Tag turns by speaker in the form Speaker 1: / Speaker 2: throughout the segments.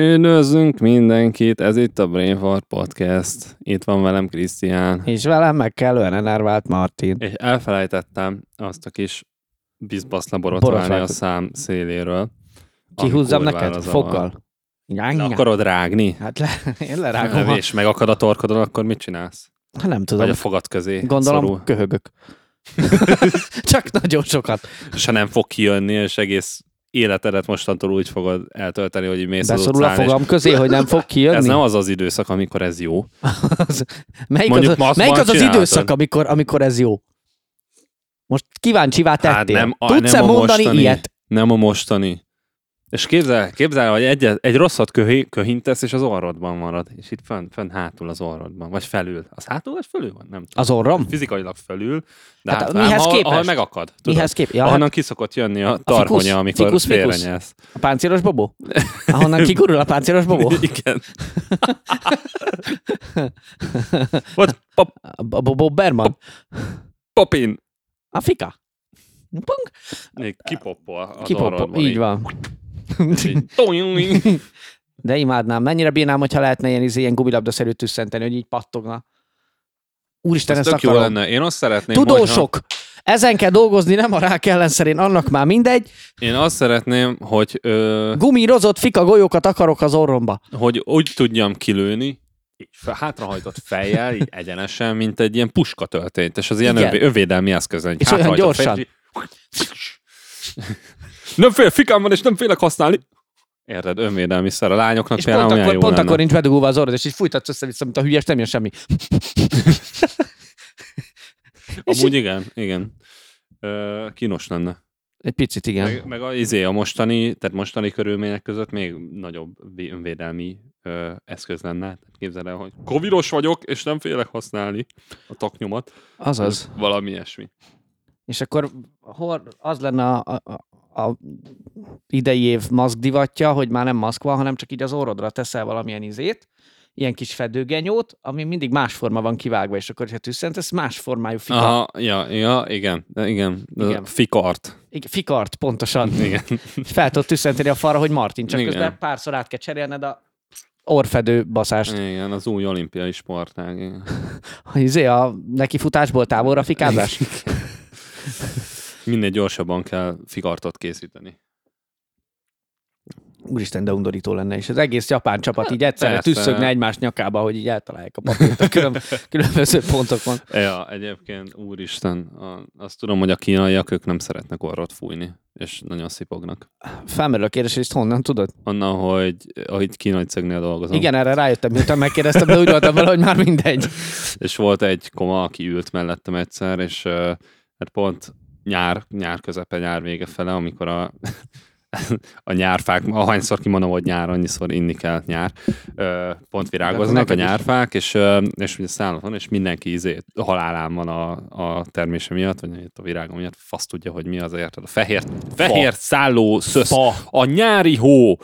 Speaker 1: Üdvözlünk mindenkit, ez itt a Brainfart Podcast. Itt van velem Krisztián.
Speaker 2: És velem meg kellően enervált Martin.
Speaker 1: És elfelejtettem azt a kis bizbaszla borotválni a
Speaker 2: Borotvált.
Speaker 1: szám széléről. ami
Speaker 2: Kihúzzam
Speaker 1: kurvára
Speaker 2: neked
Speaker 1: zavar.
Speaker 2: foggal.
Speaker 1: Le
Speaker 2: Nyanga.
Speaker 1: akarod rágni?
Speaker 2: Hát le, én lerágom.
Speaker 1: Rágom.
Speaker 2: ha-
Speaker 1: És megakad a torkodon, akkor mit csinálsz?
Speaker 2: Ha nem tudom.
Speaker 1: Vagy a fogad közé
Speaker 2: Gondolom
Speaker 1: szorul.
Speaker 2: köhögök. Csak nagyon sokat.
Speaker 1: És ha nem fog kijönni, és egész életedet mostantól úgy fogod eltölteni, hogy így mész
Speaker 2: Beszorul
Speaker 1: az
Speaker 2: a
Speaker 1: utcán, és
Speaker 2: fogam közé, hogy nem fog kijönni.
Speaker 1: ez nem az az időszak, amikor ez jó.
Speaker 2: az, melyik
Speaker 1: Mondjuk
Speaker 2: az,
Speaker 1: ma azt
Speaker 2: melyik
Speaker 1: ma
Speaker 2: az, az
Speaker 1: csináltad.
Speaker 2: időszak, amikor, amikor ez jó? Most kíváncsivá tettél.
Speaker 1: Hát nem a-
Speaker 2: Tudsz-e
Speaker 1: nem a
Speaker 2: mondani
Speaker 1: mostani.
Speaker 2: ilyet?
Speaker 1: Nem a mostani. És képzel, képzel hogy egy, egy rosszat köhé, köhintesz, és az orrodban marad. És itt fönn, fönn hátul az orrodban. Vagy felül. Az hátul, vagy fölül van? Nem tudom.
Speaker 2: Az orrom?
Speaker 1: Fizikailag felül, de
Speaker 2: Hát
Speaker 1: hát,
Speaker 2: a-
Speaker 1: hát
Speaker 2: mihez
Speaker 1: ahol,
Speaker 2: képest?
Speaker 1: ahol megakad. Tudod?
Speaker 2: Mihez kép? Ja, hát
Speaker 1: Ahonnan kiszokott jönni a
Speaker 2: fikusz?
Speaker 1: tarhonya, amikor
Speaker 2: Fikusz, fikusz?
Speaker 1: félrenyelsz.
Speaker 2: hát a páncélos bobó? Ahonnan kigurul a páncélos bobó?
Speaker 1: Igen. Ott pop,
Speaker 2: A a bobó Berman?
Speaker 1: popin.
Speaker 2: A fika? Punk.
Speaker 1: Még Kipoppol az
Speaker 2: Kipop,
Speaker 1: orrodból.
Speaker 2: így van.
Speaker 1: Így. Toing.
Speaker 2: De imádnám. Mennyire bírnám, hogyha lehetne ilyen, izé, ilyen gubilabdaszerű tüsszenteni, hogy így pattogna. Úristen,
Speaker 1: Ez
Speaker 2: ezt
Speaker 1: tök jó
Speaker 2: akarom.
Speaker 1: lenne. Én azt szeretném, hogyha-
Speaker 2: Tudósok! Ezen kell dolgozni, nem a rák ellenszer, én annak már mindegy.
Speaker 1: Én azt szeretném, hogy, ö,
Speaker 2: Gumírozott fika golyókat akarok az orromba.
Speaker 1: hogy úgy tudjam kilőni, így fe- hátrahajtott fejjel, így egyenesen, mint egy ilyen puska történt, és az ilyen
Speaker 2: Igen.
Speaker 1: övé, önvédelmi eszközön. így
Speaker 2: És olyan
Speaker 1: hátrahajtott
Speaker 2: gyorsan.
Speaker 1: fejjel, így- nem fél, fikám van, és nem félek használni. Érted, önvédelmi szer a lányoknak
Speaker 2: És
Speaker 1: például
Speaker 2: pont,
Speaker 1: olyan
Speaker 2: akkor,
Speaker 1: jó
Speaker 2: pont
Speaker 1: lenne.
Speaker 2: akkor nincs bedugulva az orrod, és így fújtatsz össze-vissza, mint a hülyes, nem jön semmi. és
Speaker 1: Amúgy igen, igen. Ö, kínos lenne.
Speaker 2: Egy picit, igen.
Speaker 1: Meg, meg a, izé, a mostani, tehát mostani körülmények között még nagyobb vé- önvédelmi ö, eszköz lenne. Tehát Képzeld el, hogy covidos vagyok, és nem félek használni a taknyomat.
Speaker 2: Azaz.
Speaker 1: Valami ilyesmi.
Speaker 2: És akkor hol az lenne a, a, a idei év maszk divatja, hogy már nem maszk van, hanem csak így az orrodra teszel valamilyen izét, ilyen kis fedőgenyót, ami mindig más forma van kivágva, és akkor, ha tüsszentesz, más formájú fika. Aha.
Speaker 1: Aha, ja, ja, igen, de igen. igen.
Speaker 2: Igen.
Speaker 1: Fikart.
Speaker 2: Fikart, pontosan.
Speaker 1: Igen.
Speaker 2: Fel tudod tüsszenteni a falra, hogy Martin, csak
Speaker 1: Igen.
Speaker 2: Igen. közben párszor át kell cserélned a orfedő baszást.
Speaker 1: igen, az új olimpiai sportág. igen.
Speaker 2: Ha izé a nekifutásból távolra fikázás.
Speaker 1: Minél gyorsabban kell fikartot készíteni.
Speaker 2: Úristen, de undorító lenne, és az egész japán csapat így egyszerre
Speaker 1: Hát, persze.
Speaker 2: tüsszögne egymás nyakába, hogy így eltalálják a papírt a külön, különböző pontokon.
Speaker 1: Ja, egyébként, úristen, a, azt tudom, hogy a kínaiak, ők nem szeretnek orrot fújni, és nagyon szipognak.
Speaker 2: Felmerül a kérdés, hogy ezt honnan tudod?
Speaker 1: Onnan, hogy ahogy kínai cégnél dolgozom.
Speaker 2: Igen, erre rájöttem, miután megkérdeztem, de úgy voltam vele, hogy már mindegy.
Speaker 1: És volt egy koma, aki ült mellettem egyszer, és ö, hát pont nyár, nyár közepe, nyár vége fele, amikor a, a nyárfák, ahányszor kimondom, hogy nyár, annyiszor inni kell nyár, ö, pont virágoznak a
Speaker 2: neked is.
Speaker 1: nyárfák, és, ö, és ugye szállon van, és mindenki izé, halálán van a, a termése miatt, vagy itt a virága miatt, fasz tudja, hogy mi az érted. A fehér, fehér szálló szösz,
Speaker 2: Fa.
Speaker 1: a nyári hó.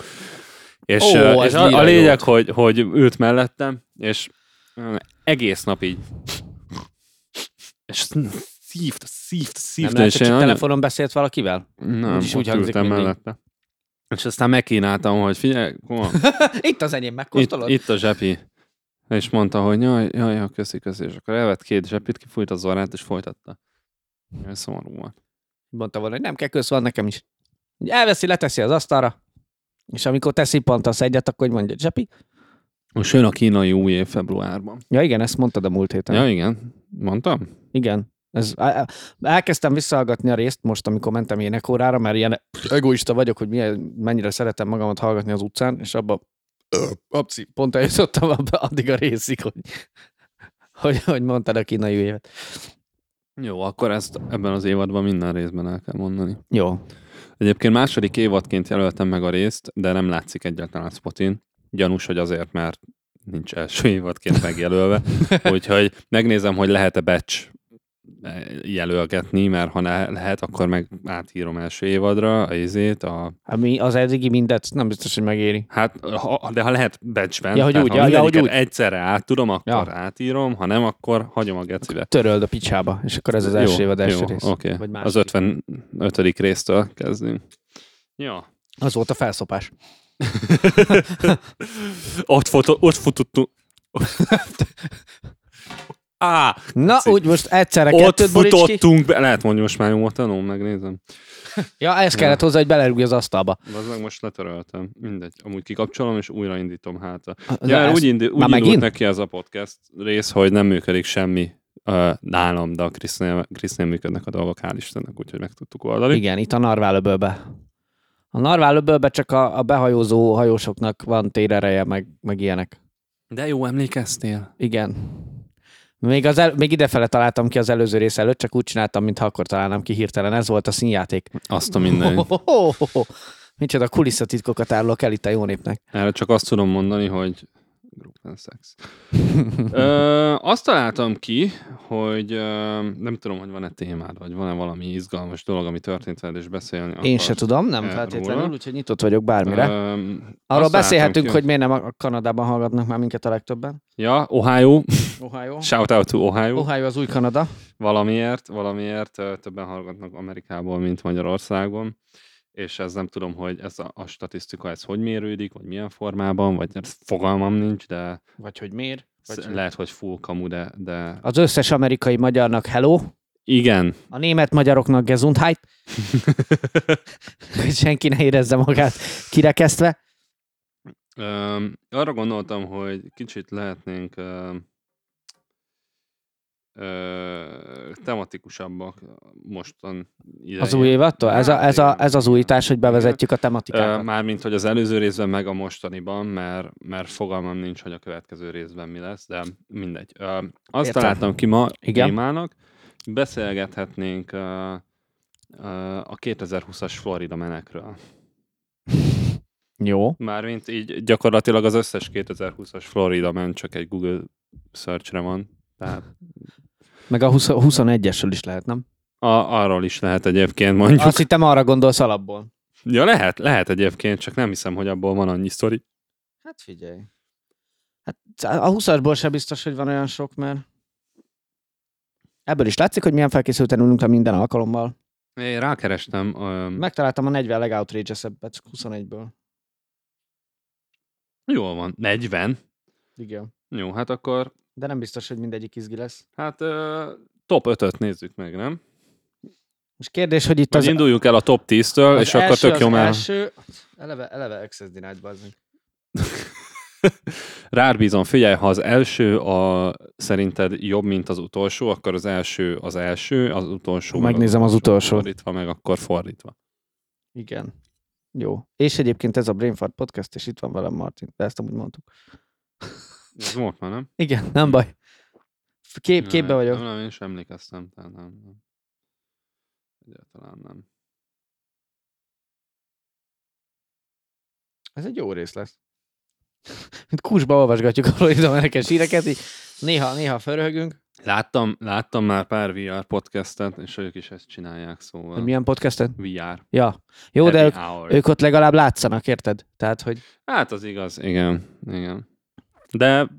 Speaker 1: És,
Speaker 2: Ó,
Speaker 1: ö,
Speaker 2: ez
Speaker 1: és a,
Speaker 2: mire
Speaker 1: a
Speaker 2: jót.
Speaker 1: lényeg, hogy, hogy ült mellettem, és ö, egész nap így és szívt, szívt,
Speaker 2: Nem
Speaker 1: szívt,
Speaker 2: lehet,
Speaker 1: és
Speaker 2: hogy
Speaker 1: én
Speaker 2: csak
Speaker 1: nagyon-
Speaker 2: telefonon beszélt valakivel?
Speaker 1: nem,
Speaker 2: úgyis úgy
Speaker 1: ott
Speaker 2: hangzik
Speaker 1: ültem
Speaker 2: mindig.
Speaker 1: mellette. És aztán megkínáltam, hogy figyelj, komolyan,
Speaker 2: Itt az enyém,
Speaker 1: itt,
Speaker 2: megkóstolod?
Speaker 1: itt a zsepi. És mondta, hogy jaj, jaj, jaj, köszi, köszi. És akkor elvett két zsepit, kifújt az orrát, és folytatta. Jaj, Szomorú van.
Speaker 2: Mondta volna, hogy nem kell, kösz van nekem is. Így Elveszi, leteszi az asztalra, és amikor te szippantasz egyet, akkor így mondja, Zsepi?
Speaker 1: Most jön a kínai új év februárban.
Speaker 2: Ja igen, ezt mondtad a múlt héten.
Speaker 1: Ja, igen. Mondtam?
Speaker 2: Igen. Ez, á- á- elkezdtem visszahallgatni a részt most, amikor mentem énekórára, mert ilyen egoista vagyok, hogy milyen, mennyire szeretem magamat hallgatni az utcán, és abba Apci, pont eljutottam abba, addig a részig, hogy, hogy, hogy mondtad a kínai új évet.
Speaker 1: Jó, akkor ezt ebben az évadban minden részben el kell mondani.
Speaker 2: Jó.
Speaker 1: Egyébként második évadként jelöltem meg a részt, de nem látszik egyáltalán Spotin. Gyanús, hogy azért, mert nincs első évadként megjelölve. Úgyhogy megnézem, hogy lehet-e batch eh, jelölgetni, mert ha ne lehet, akkor meg átírom első évadra a izét, a...
Speaker 2: Ami Hát az eddigi mindet nem biztos, hogy megéri.
Speaker 1: Hát, ha, de ha lehet batchben,
Speaker 2: Ja, hogy
Speaker 1: tehát
Speaker 2: úgy,
Speaker 1: ha
Speaker 2: ja, ja,
Speaker 1: mindegyiket
Speaker 2: hogy úgy.
Speaker 1: egyszerre át tudom, akkor
Speaker 2: Ja.
Speaker 1: átírom, ha nem, akkor hagyom a gecibe.
Speaker 2: Töröld a picsába, és akkor ez az első évad első rész.
Speaker 1: Oké,
Speaker 2: Vagy
Speaker 1: okay. az
Speaker 2: második.
Speaker 1: 55. résztől kezdünk. Ja.
Speaker 2: Az volt a felszopás.
Speaker 1: ott, foto, ott futottunk. Á,
Speaker 2: Na,
Speaker 1: Cik.
Speaker 2: úgy most egyszerre
Speaker 1: ott
Speaker 2: kettőt boríts ki.
Speaker 1: futottunk be. Lehet mondjuk most már nyomatanom, megnézem.
Speaker 2: Ja, ez kellett hozzá, hogy belerúgj az asztalba.
Speaker 1: Az meg most letöröltem. Mindegy. Amúgy kikapcsolom, és újraindítom hátra.
Speaker 2: Na,
Speaker 1: Ja,
Speaker 2: ez-
Speaker 1: úgy, indi, úgy
Speaker 2: már
Speaker 1: indult
Speaker 2: megint?
Speaker 1: neki ez a podcast rész, hogy nem működik semmi uh, nálam, de a Krisznél, Krisznél működnek a dolgok, hál' Istennek, úgyhogy meg tudtuk oldani.
Speaker 2: Igen, itt a narválöbölbe. A narválöbölbe csak a, a behajózó hajósoknak van térereje, meg, meg ilyenek.
Speaker 1: De jó, emlékeztél?
Speaker 2: Igen. Még, az el, még idefele találtam ki az előző rész előtt, csak úgy csináltam, mintha akkor találnám ki hirtelen. Ez volt a színjáték.
Speaker 1: Azt a minden.
Speaker 2: Hohohoho. Micsoda kulisszatitkokat árulok el itt a jó népnek.
Speaker 1: Erre csak azt tudom mondani, hogy Brooklyn Sex. Ö, azt találtam ki, hogy ö, nem tudom, hogy van-e témád, vagy van-e valami izgalmas dolog, ami történt veled, és beszélni
Speaker 2: Én se tudom, nem
Speaker 1: erről.
Speaker 2: feltétlenül, úgyhogy nyitott vagyok bármire.
Speaker 1: Arról
Speaker 2: Arról beszélhetünk, hogy miért nem a a Kanadában hallgatnak már minket a legtöbben.
Speaker 1: Ja, Ohio.
Speaker 2: Ohio.
Speaker 1: Shout out to Ohio.
Speaker 2: Ohio az új Kanada.
Speaker 1: valamiért, valamiért ö, többen hallgatnak Amerikából, mint Magyarországon, és ez nem tudom, hogy ez a, a statisztika, ez hogy mérődik, vagy milyen formában, vagy ez fogalmam nincs, de
Speaker 2: Vagy hogy miért?
Speaker 1: sz- lehet, hogy full kamu, de, de
Speaker 2: Az összes amerikai magyarnak hello,
Speaker 1: igen,
Speaker 2: a német magyaroknak gesundheit, hogy senki ne érezze magát kirekesztve.
Speaker 1: Öm, arra gondoltam, hogy kicsit lehetnénk öm, ö, tematikusabbak mostan.
Speaker 2: Az
Speaker 1: idején.
Speaker 2: új évattól? Ez, a, ez, a, ez az újítás, hogy bevezetjük a
Speaker 1: Ö,
Speaker 2: tematikákat.
Speaker 1: Mármint, hogy az előző részben, meg a mostaniban, mert, mert fogalmam nincs, hogy a következő részben mi lesz, de mindegy. Ö, Azt
Speaker 2: Értem.
Speaker 1: találtam ki ma
Speaker 2: Igen.
Speaker 1: témának, beszélgethetnénk ö, ö, a 2020-as Florida menekről.
Speaker 2: Jó.
Speaker 1: Mármint így gyakorlatilag az összes 2020-as Florida men csak egy Google searchre van. Tehát
Speaker 2: Meg a 20, 21-esről is lehet, nem?
Speaker 1: a, arról is lehet egyébként mondjuk.
Speaker 2: Azt hittem arra gondolsz alapból.
Speaker 1: Ja, lehet, lehet egyébként, csak nem hiszem, hogy abból van annyi sztori.
Speaker 2: Hát figyelj. Hát a 20-asból se biztos, hogy van olyan sok, mert ebből is látszik, hogy milyen felkészülten ülünk le minden alkalommal.
Speaker 1: Én rákerestem. Ö,
Speaker 2: Megtaláltam a 40 legoutrageous-ebbet 21-ből.
Speaker 1: Jól van, 40.
Speaker 2: Igen.
Speaker 1: Jó, hát akkor
Speaker 2: De nem biztos, hogy mindegyik izgi lesz.
Speaker 1: Hát ö, top 5-öt nézzük meg, nem?
Speaker 2: Most kérdés, hogy itt
Speaker 1: Vagy
Speaker 2: az,
Speaker 1: induljunk el a top 10-től,
Speaker 2: az
Speaker 1: és akkor
Speaker 2: első,
Speaker 1: tök jó
Speaker 2: az
Speaker 1: már.
Speaker 2: első, eleve, eleve Access Denied, bazdmeg.
Speaker 1: Rád bízom, figyelj, ha az első a szerinted jobb, mint az utolsó, akkor az első az első, az utolsó. meg
Speaker 2: Megnézem az utolsó.
Speaker 1: Fordítva meg, akkor fordítva.
Speaker 2: Igen. Jó. És egyébként ez a Brainfart Podcast, és itt van velem Martin, de ezt amúgy mondtuk.
Speaker 1: Ez volt már, nem?
Speaker 2: Igen, nem baj. Kép, képbe
Speaker 1: nem,
Speaker 2: vagyok.
Speaker 1: Nem, nem, én sem emlékeztem, tehát nem. nem. Egyáltalán nem.
Speaker 2: Ez egy jó rész lesz. Mint Kúsba olvasgatjuk a Florida menekes híreket, így néha, néha föröhögünk.
Speaker 1: Láttam, láttam már pár VR podcastet, és ők is ezt csinálják, szóval.
Speaker 2: Hogy milyen podcastet?
Speaker 1: VR.
Speaker 2: Ja. Jó, de
Speaker 1: happy
Speaker 2: ők,
Speaker 1: hour.
Speaker 2: ők ott legalább látszanak, érted? Tehát, hogy
Speaker 1: Hát az igaz, igen, igen. De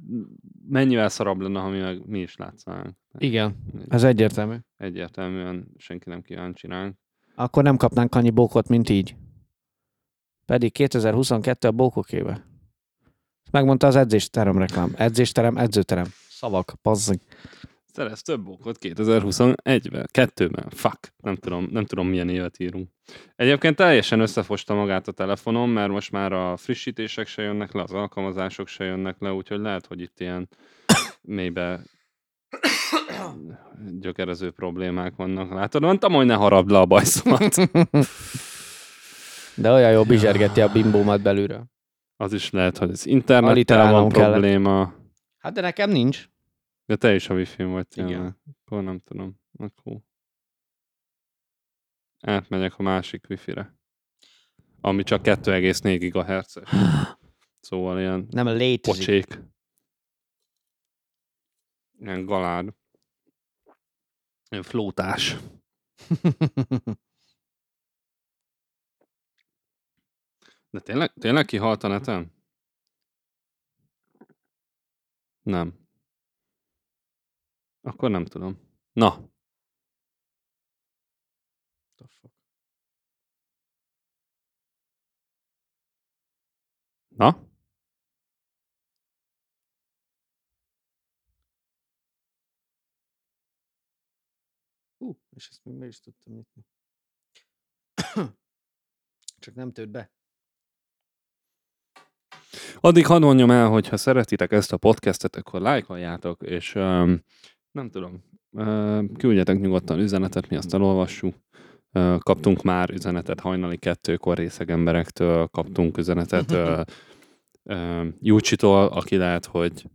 Speaker 1: mennyivel szarabb lenne, ha mi, meg, mi is látszánk.
Speaker 2: igen, ez egyértelmű.
Speaker 1: Egyértelműen senki nem kíváncsi ránk.
Speaker 2: Akkor nem kapnánk annyi bókot, mint így. Pedig 2022 a bókok éve. Ezt Megmondta az edzésterem reklám. Edzésterem, edzőterem. Szavak, pazzing.
Speaker 1: Szerez több okot 2021-ben, kettőben. Fuck, nem tudom, nem tudom milyen évet írunk. Egyébként teljesen összefosta magát a telefonom, mert most már a frissítések se jönnek le, az alkalmazások se jönnek le, úgyhogy lehet, hogy itt ilyen mélybe gyökerező problémák vannak. Látod, mondtam, hogy ne harabd le a bajszomat.
Speaker 2: De olyan jó bizsergeti a bimbómat belülről.
Speaker 1: Az is lehet, hogy az
Speaker 2: A
Speaker 1: internettel
Speaker 2: literálnom
Speaker 1: van
Speaker 2: kellett.
Speaker 1: probléma,
Speaker 2: Hát de nekem nincs.
Speaker 1: de te is a wifi volt.
Speaker 2: Igen.
Speaker 1: Igen. Akkor nem tudom. Akkor átmegyek a másik wifi-re. Ami csak 2,4 GHz. -es. Szóval ilyen
Speaker 2: Nem létezik.
Speaker 1: pocsék. Ilyen galád. Ilyen flótás. De tényleg, tényleg kihalt a neten? Nem. Akkor nem tudom. Na, Na?
Speaker 2: Hú, és ezt még meg is tudtam nyitni. Csak nem tört be.
Speaker 1: Addig hadd mondjam el, hogy ha szeretitek ezt a podcastet, akkor lájkoljátok, és um, nem tudom, uh, küldjetek nyugodtan üzenetet, mi azt elolvassuk. Uh, kaptunk már üzenetet hajnali kettőkor részeg emberektől, kaptunk üzenetet uh, uh, Júcsitól, aki lehet, hogy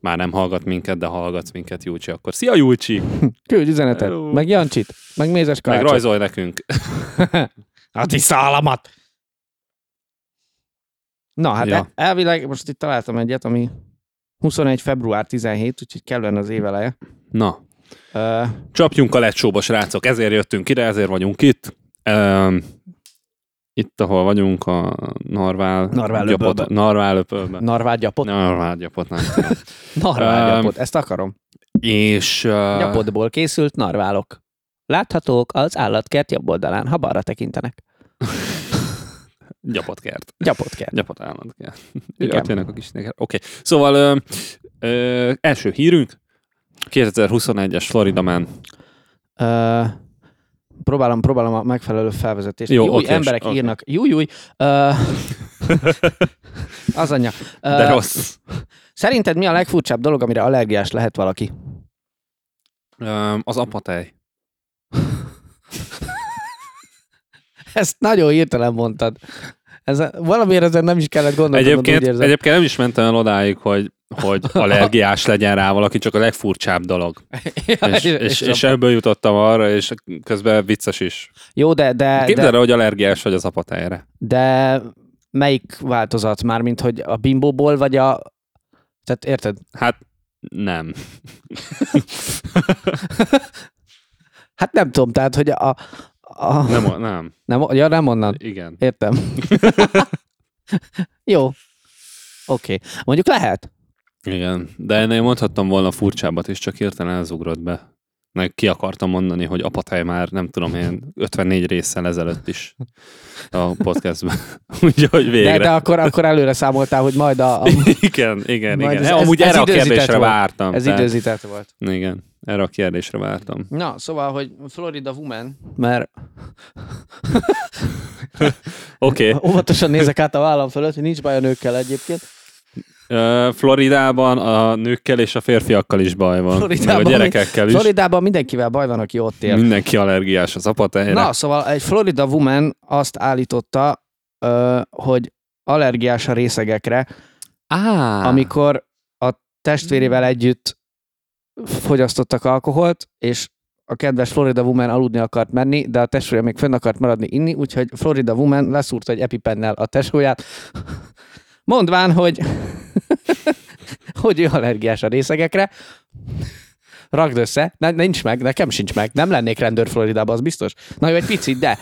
Speaker 1: már nem hallgat minket, de ha hallgatsz minket, Júcsi, akkor szia Júcsi!
Speaker 2: Küldj üzenetet,
Speaker 1: Hello.
Speaker 2: meg Jancsit, meg Mézes
Speaker 1: Meg
Speaker 2: Kalácsot.
Speaker 1: rajzolj nekünk!
Speaker 2: A ti szálamat! Na, hát
Speaker 1: Ja.
Speaker 2: ja. elvileg most itt találtam egyet, ami 21. február 17, úgyhogy kellene az éveleje.
Speaker 1: Na,
Speaker 2: Ö,
Speaker 1: Csapjunk a lecsóba, srácok, ezért jöttünk ide, ezért vagyunk itt. Um, itt, ahol vagyunk, a Narvál...
Speaker 2: Narvál
Speaker 1: gyapot,
Speaker 2: öbölben.
Speaker 1: Narvál öbölben.
Speaker 2: Narvágyapot.
Speaker 1: Narvál gyapotnál.
Speaker 2: Narvágyapot, ezt akarom.
Speaker 1: És... Uh,
Speaker 2: Gyapotból készült narválok. Láthatók az állatkert jobb oldalán, ha balra tekintenek.
Speaker 1: Gyapotkert.
Speaker 2: Gyapotkert.
Speaker 1: Gyapot állandkert.
Speaker 2: Igen.
Speaker 1: Igen. Jönnek a kis Oké, okay. szóval ö, ö, első hírünk, 2021-es Florida Man.
Speaker 2: Ö, próbálom, próbálom a megfelelő felvezetést.
Speaker 1: Jó,
Speaker 2: Jó, júj,
Speaker 1: oké,
Speaker 2: emberek
Speaker 1: oké.
Speaker 2: írnak. Júj, júj. Ö, az anyja. Ö,
Speaker 1: De rossz.
Speaker 2: Szerinted mi a legfurcsább dolog, amire allergiás lehet valaki?
Speaker 1: Ö, az apatej.
Speaker 2: Ezt nagyon hirtelen mondtad. Ez, valamiért ezen nem is kellett gondolkodnod,
Speaker 1: Egyébként,
Speaker 2: úgy érzem.
Speaker 1: egyébként nem is mentem el odáig, hogy, hogy allergiás legyen rá valaki, csak a legfurcsább dolog.
Speaker 2: Ja,
Speaker 1: és, és, és ebből jutottam arra, és közben vicces is.
Speaker 2: Jó, de, de,
Speaker 1: Képzeld
Speaker 2: Hát de,
Speaker 1: el, hogy allergiás vagy az apatájára.
Speaker 2: de melyik változat már, mint hogy a bimbóból, vagy a... Tehát érted?
Speaker 1: Hát nem.
Speaker 2: Hát nem tudom, tehát, hogy a... a
Speaker 1: Nem, o- nem.
Speaker 2: nem, ja, nem onnan.
Speaker 1: Igen.
Speaker 2: Értem. Jó. Oké. Okay. Mondjuk lehet.
Speaker 1: Igen. De ennél mondhattam volna furcsábbat, és csak hirtelen elzugrott be. Meg ki akartam mondani, hogy apatáj már nem tudom én 54 résszel ezelőtt is a podcastben. Úgyhogy végre.
Speaker 2: De, de akkor, akkor előre számoltál, hogy majd a, a
Speaker 1: Igen, igen,
Speaker 2: Majd
Speaker 1: igen.
Speaker 2: ez-
Speaker 1: Ez,
Speaker 2: ez-
Speaker 1: Amúgy
Speaker 2: ez
Speaker 1: erre a
Speaker 2: időzített
Speaker 1: kérdésre
Speaker 2: volt.
Speaker 1: vártam.
Speaker 2: ez
Speaker 1: tehát-
Speaker 2: időzített volt.
Speaker 1: Igen, erre a kérdésre vártam.
Speaker 2: Na, szóval, hogy Florida Woman, mert
Speaker 1: Oké. Okay.
Speaker 2: óvatosan nézek át a vállam fölött, hogy nincs baj a nőkkel egyébként.
Speaker 1: Floridában a nőkkel és a férfiakkal is baj van. Meg a
Speaker 2: Floridában
Speaker 1: gyerekekkel is.
Speaker 2: Floridában mindenkivel baj van, aki ott él.
Speaker 1: Mindenki allergiás az apatájra.
Speaker 2: Na, szóval egy Florida woman azt állította, ö, hogy allergiás a részegekre,
Speaker 1: Á,
Speaker 2: amikor a testvérével együtt fogyasztottak alkoholt, és a kedves Florida Woman aludni akart menni, de a tesója még fenn akart maradni inni, úgyhogy Florida Woman leszúrta egy epipennel a tesóját, mondván, hogy hogy ő allergiás a részegekre, rakd össze, ne, nincs meg, nekem sincs meg, nem lennék rendőr Floridában, az biztos. Na jó, egy picit, de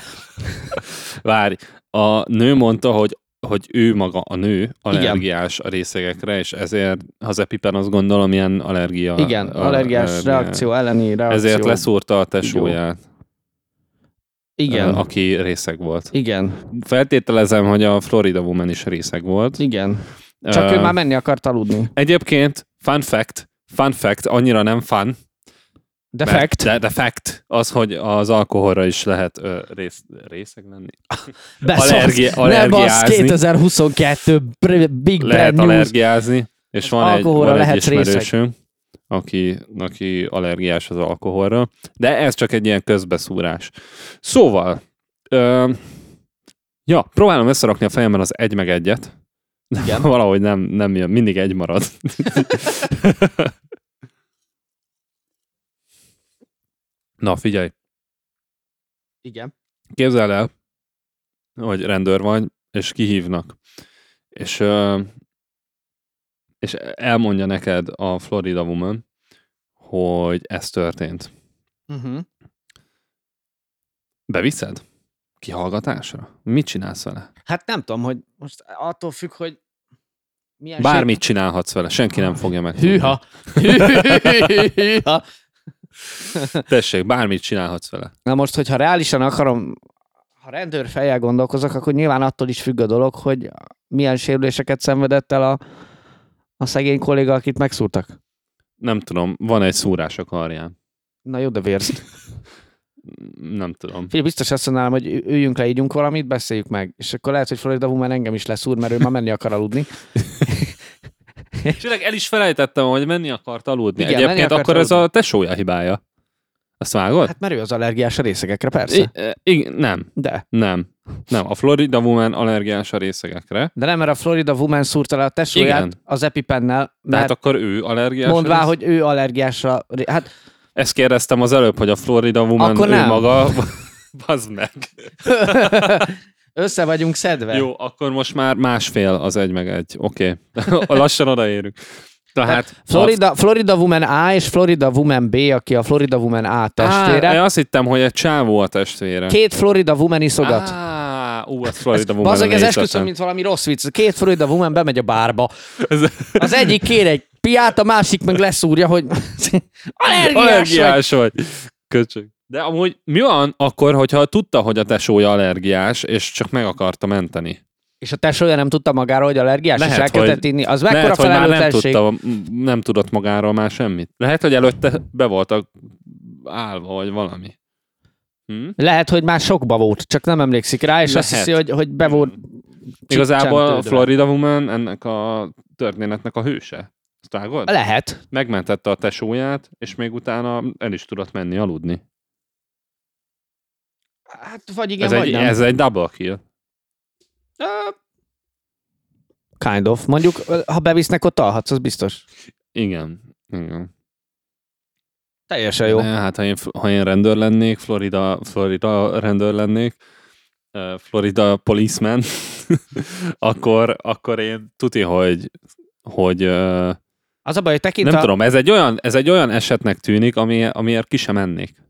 Speaker 1: Várj, a nő mondta, hogy hogy ő maga, a nő allergiás a részegekre, és ezért az epipen azt gondolom ilyen allergia.
Speaker 2: igen,
Speaker 1: a-
Speaker 2: allergiás
Speaker 1: allergia.
Speaker 2: reakció elleni reakció.
Speaker 1: Ezért leszúrta a tesóját,
Speaker 2: Igen,
Speaker 1: ö, aki részeg volt.
Speaker 2: igen,
Speaker 1: Feltételezem, hogy a Florida Woman is részeg volt.
Speaker 2: igen. Csak
Speaker 1: Ö,
Speaker 2: ő már menni akart aludni.
Speaker 1: Egyébként, fun fact, fun fact, annyira nem fun,
Speaker 2: De
Speaker 1: mert-
Speaker 2: fact.
Speaker 1: De, de fact az, hogy az alkoholra is lehet ö, rész, részeg lenni.
Speaker 2: Beszarsz.
Speaker 1: allergi-
Speaker 2: Ne bassz,
Speaker 1: allergiázni.
Speaker 2: 2022 br- Big
Speaker 1: Lehet
Speaker 2: Bad News.
Speaker 1: allergiázni, és van egy,
Speaker 2: alkoholra
Speaker 1: van egy
Speaker 2: lehet részeg.
Speaker 1: ismerősünk, aki, aki allergiás az alkoholra, de ez csak egy ilyen közbeszúrás. Szóval, ö, ja, próbálom összerakni a fejemben az egy meg egyet, de
Speaker 2: Igen.
Speaker 1: valahogy nem, nem jön, mindig egy marad. Na, figyelj,
Speaker 2: Igen.
Speaker 1: Képzeld el, hogy rendőr vagy, és kihívnak. És, ö, és elmondja neked a Florida Woman, hogy ez történt.
Speaker 2: Uh-huh.
Speaker 1: Beviszed? Kihallgatásra? Mit csinálsz vele?
Speaker 2: Hát nem tudom, hogy most attól függ, hogy milyen
Speaker 1: Bármit csinálhatsz vele, senki nem fogja meg.
Speaker 2: Sér... Hűha. Hűha.
Speaker 1: Tessék, bármit csinálhatsz vele.
Speaker 2: Na most, hogyha reálisan akarom, ha ha rendőr fejjel gondolkozok, akkor nyilván attól is függ a dolog, hogy milyen sérüléseket szenvedett el a, a szegény kolléga, akit megszúrtak.
Speaker 1: Nem tudom, van egy szúrás a karján.
Speaker 2: Na jó, de vérzt.
Speaker 1: Nem tudom.
Speaker 2: Figyelj, biztos azt mondanám, hogy ü- üljünk le, ígyunk valamit, beszéljük meg. És akkor lehet, hogy Florida Woman engem is leszúr, mert ő már menni akar aludni.
Speaker 1: És tényleg el is felejtettem, hogy menni akart aludni.
Speaker 2: Igen,
Speaker 1: Igen,
Speaker 2: menni
Speaker 1: Egyébként
Speaker 2: akart
Speaker 1: akkor ez
Speaker 2: aludni.
Speaker 1: a tesója hibája. Azt vágod?
Speaker 2: Hát mert ő az allergiás a részegekre, persze.
Speaker 1: I- e, ig- nem,
Speaker 2: De.
Speaker 1: nem. Nem, a Florida Woman allergiás a részegekre.
Speaker 2: De nem, mert a Florida Woman szúrta le a tesóját
Speaker 1: Igen.
Speaker 2: az epipennel,
Speaker 1: Tehát
Speaker 2: mert
Speaker 1: akkor ő allergiás. a
Speaker 2: mondvá,
Speaker 1: rész-
Speaker 2: hát hogy ő allergiásra. Hát
Speaker 1: Ezt kérdeztem az előbb, hogy a Florida Woman
Speaker 2: Akkor
Speaker 1: ő
Speaker 2: nem.
Speaker 1: maga... Bazd meg.
Speaker 2: össze vagyunk szedve.
Speaker 1: Jó, akkor most már másfél az egy meg egy. Oké. Okay. Lassan odaérünk. Tehát...
Speaker 2: Florida, Florida Woman A és Florida Woman B, aki a Florida Woman A testvére.
Speaker 1: Á, én azt hittem, hogy egy csávó a testvére.
Speaker 2: Két Florida Woman iszogat.
Speaker 1: Á, ú, az Florida Woman.
Speaker 2: Bazeg, ez
Speaker 1: nézetem.
Speaker 2: esküszöm, mint valami rossz vicc. Két Florida woman bemegy a bárba.
Speaker 1: Ez-
Speaker 2: Az e- egyik kér egy piát, a másik meg leszúrja, hogy allergiás, vagy.
Speaker 1: Allergiás vagy. Köcsög. De amúgy mi van akkor, hogyha tudta, hogy a tesója allergiás, és csak meg akarta menteni?
Speaker 2: És a tesója nem tudta magáról, hogy allergiás,
Speaker 1: Lehet,
Speaker 2: és elkezdett
Speaker 1: hogy-
Speaker 2: inni. Az mekkora
Speaker 1: Lehet, hogy már nem
Speaker 2: felelőtlenség.
Speaker 1: tudta, m- nem tudott magáról már semmit. Lehet, hogy előtte be voltak állva, vagy valami. Hm?
Speaker 2: Lehet, hogy már sokba volt, csak nem emlékszik rá, és azt
Speaker 1: Lehet.
Speaker 2: hiszi, hogy, hogy be volt.
Speaker 1: Igazából a
Speaker 2: csempődve.
Speaker 1: Florida Woman ennek a történetnek a hőse. Azt vágod?
Speaker 2: Lehet.
Speaker 1: Megmentette a tesóját, és még utána el is tudott menni aludni.
Speaker 2: Hát vagy igen,
Speaker 1: Ez
Speaker 2: vagy
Speaker 1: egy,
Speaker 2: nem.
Speaker 1: ez egy double kill.
Speaker 2: Ö, Kind of. Mondjuk, ö, ha bevisznek, ott alhatsz, az biztos.
Speaker 1: Igen. Igen.
Speaker 2: Teljesen jó.
Speaker 1: Ne, hát ha én, ha én rendőr lennék, Florida, Florida rendőr lennék, ö, Florida policeman, akkor, akkor én tuti, hogy, hogy ö,
Speaker 2: Az a baj, hogy tekint
Speaker 1: nem
Speaker 2: a...
Speaker 1: tudom, ez egy, olyan, ez egy olyan esetnek tűnik, ami, amiért ki sem mennék.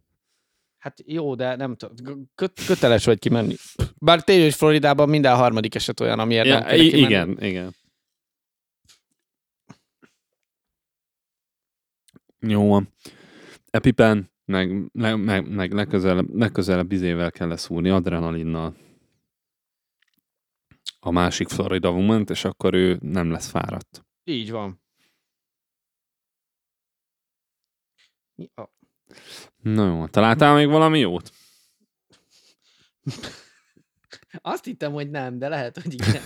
Speaker 2: Hát jó, de nem tudom. Kö- köteles vagy kimenni. Bár tényleg, hogy Floridában minden harmadik eset olyan, amiért nem
Speaker 1: Ja,
Speaker 2: kell
Speaker 1: i-
Speaker 2: kimenni.
Speaker 1: igen, igen. Jó van. Epipen, meg, meg, meg, meg legközelebb, legközelebb izével kell leszúrni, adrenalinnal a másik Florida woman és akkor ő nem lesz fáradt.
Speaker 2: Így van. Mi a-
Speaker 1: Na jó, találtál még valami jót?
Speaker 2: Azt hittem, hogy nem, de lehet, hogy igen.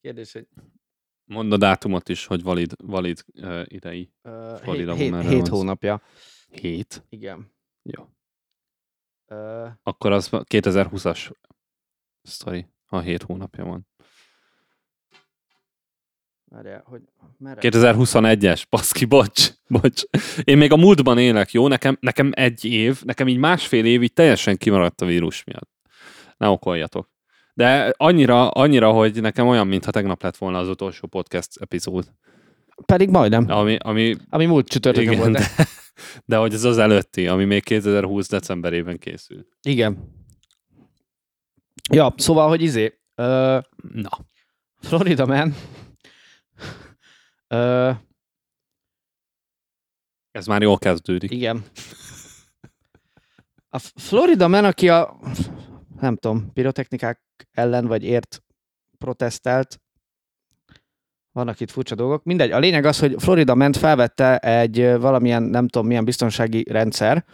Speaker 2: Kérdés, hogy
Speaker 1: Mondd a dátumot is, hogy valid, valid uh, idei.
Speaker 2: uh, hét,
Speaker 1: Florida
Speaker 2: hét,
Speaker 1: Womanről
Speaker 2: hét
Speaker 1: van szó.
Speaker 2: hónapja.
Speaker 1: Hét.
Speaker 2: Igen.
Speaker 1: Jó.
Speaker 2: Uh,
Speaker 1: Akkor az 2020-as sztori, ha hét hónapja van.
Speaker 2: várjál, hogy merre?
Speaker 1: 2021-es, baszki, bocs, bocs. Én még a múltban élek, jó? Nekem, nekem egy év, nekem így másfél év így teljesen kimaradt a vírus miatt. Ne okoljatok. De annyira, annyira, hogy nekem olyan, mintha tegnap lett volna az utolsó podcast epizód,
Speaker 2: Pedig majdnem.
Speaker 1: ami, ami
Speaker 2: Ami múlt csütörtökön
Speaker 1: igen,
Speaker 2: volt.
Speaker 1: de, de, hogy ez az előtti, ami még 2020 decemberében készült.
Speaker 2: Igen. Ja, szóval, hogy izé, ö,
Speaker 1: Na.
Speaker 2: Florida Man, ö,
Speaker 1: Ez már jól kezdődik.
Speaker 2: igen. A Florida Man, aki a, nem tudom, pirotechnikák ellen vagy ért protestált, vannak itt furcsa dolgok. Mindegy, a lényeg az, hogy Florida ment felvette egy ö, valamilyen, nem tudom milyen biztonsági rendszer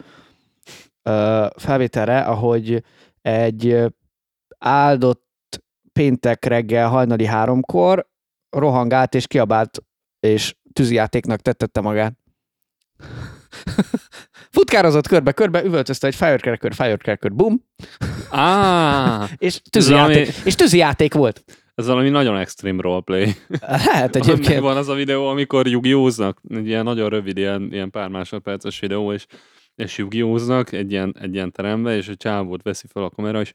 Speaker 2: ö, felvételre, ahogy egy ö, áldott péntek reggel hajnali háromkor rohangált és kiabált, és tűzijátéknak tettette magát. Futkározott körbe-körbe, üvöltözte, hogy firecracker, firecracker, bum,
Speaker 1: Á,
Speaker 2: és tűzijáték, és tűzijáték volt.
Speaker 1: ez valami nagyon extrém roleplay.
Speaker 2: Lehet
Speaker 1: Egyébként...
Speaker 2: Hát, egyébként.
Speaker 1: Van az a videó, amikor jugióznak, egy ilyen nagyon rövid, ilyen, ilyen pár másodperces videó, és, és jugióznak egy ilyen, egy ilyen terembe, és a csávót veszi fel a kamera, és,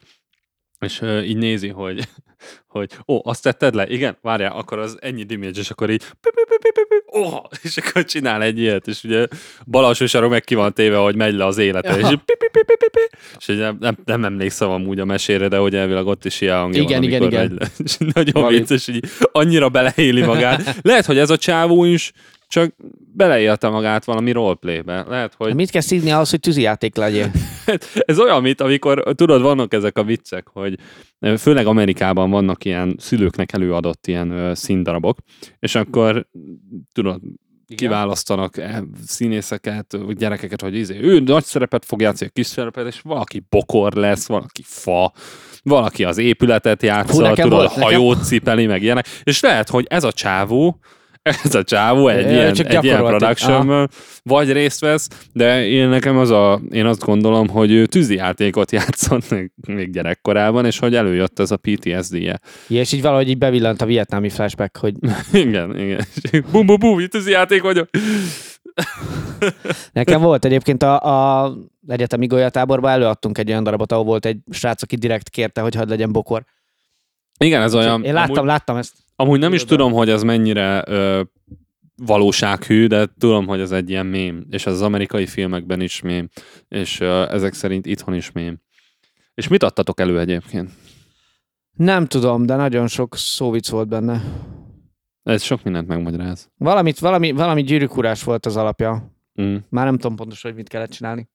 Speaker 1: és ö, így nézi, hogy, hogy ó, azt tetted le? Igen, várjál, akkor az ennyi damage, és akkor így pi, pi, pi, pi, pi, pi, ó, és akkor csinál egy ilyet, és ugye bal alsó sarok meg ki van téve, hogy megy le az élete, és
Speaker 2: Aha.
Speaker 1: így pi, pi, pi, pi, pi, pi, és így nem, nem, nem emlékszem amúgy a mesére, de hogy elvileg ott is ilyen hangja
Speaker 2: Igen,
Speaker 1: van,
Speaker 2: igen,
Speaker 1: amikor
Speaker 2: igen.
Speaker 1: megy le. És nagyon
Speaker 2: Valid.
Speaker 1: vicces, így annyira beleéli magát. Lehet, hogy ez a csávó is csak beleélte magát valami roleplaybe. Lehet, hogy
Speaker 2: Mit kell szívni ahhoz, hogy tűzijáték legyél?
Speaker 1: Hát, ez olyan, mint amikor, tudod, vannak ezek a viccek, hogy főleg Amerikában vannak ilyen szülőknek előadott ilyen ö, színdarabok, és akkor tudod, kiválasztanak eh, színészeket, vagy gyerekeket, hogy izé, ő nagy szerepet fog játszani, kis szerepet, és valaki bokor lesz, valaki fa, valaki az épületet
Speaker 2: Hú,
Speaker 1: játsza,
Speaker 2: nekem
Speaker 1: tudod,
Speaker 2: volt, nekem-
Speaker 1: hajót cipeli, meg ilyenek, és lehet, hogy ez a csávó, ez a csávó egy
Speaker 2: Ö,
Speaker 1: ilyen,
Speaker 2: csak
Speaker 1: egy ilyen
Speaker 2: gyakorolt,
Speaker 1: production vagy részt vesz, de én nekem az a, én azt gondolom, hogy ő tűzijátékot játszott még- még gyerekkorában, és hogy előjött ez a PTSD-je.
Speaker 2: Ja, és így valahogy így bevillant a vietnámi flashback, hogy
Speaker 1: Igen, igen. Bum, bum, bum, itt tűzijáték vagyok.
Speaker 2: Nekem volt egyébként a, a egyetemi golyatáborban előadtunk egy olyan darabot, ahol volt egy srác, aki direkt kérte, hogy hadd legyen bokor.
Speaker 1: Igen, ez olyan...
Speaker 2: Én láttam,
Speaker 1: amúgy,
Speaker 2: láttam ezt.
Speaker 1: amúgy nem is
Speaker 2: Tudod,
Speaker 1: tudom, hogy ez mennyire ö, valósághű, de tudom, hogy ez egy ilyen mém, és az amerikai filmekben is mém, és ö, ezek szerint itthon is mém. És mit adtatok elő egyébként?
Speaker 2: Nem tudom, de nagyon sok szóvic volt benne.
Speaker 1: Ez sok mindent megmagyaráz.
Speaker 2: Valamit, valami, valami gyűrűkúrás volt az alapja.
Speaker 1: Mm.
Speaker 2: Már nem tudom pontosan, hogy mit kellett csinálni.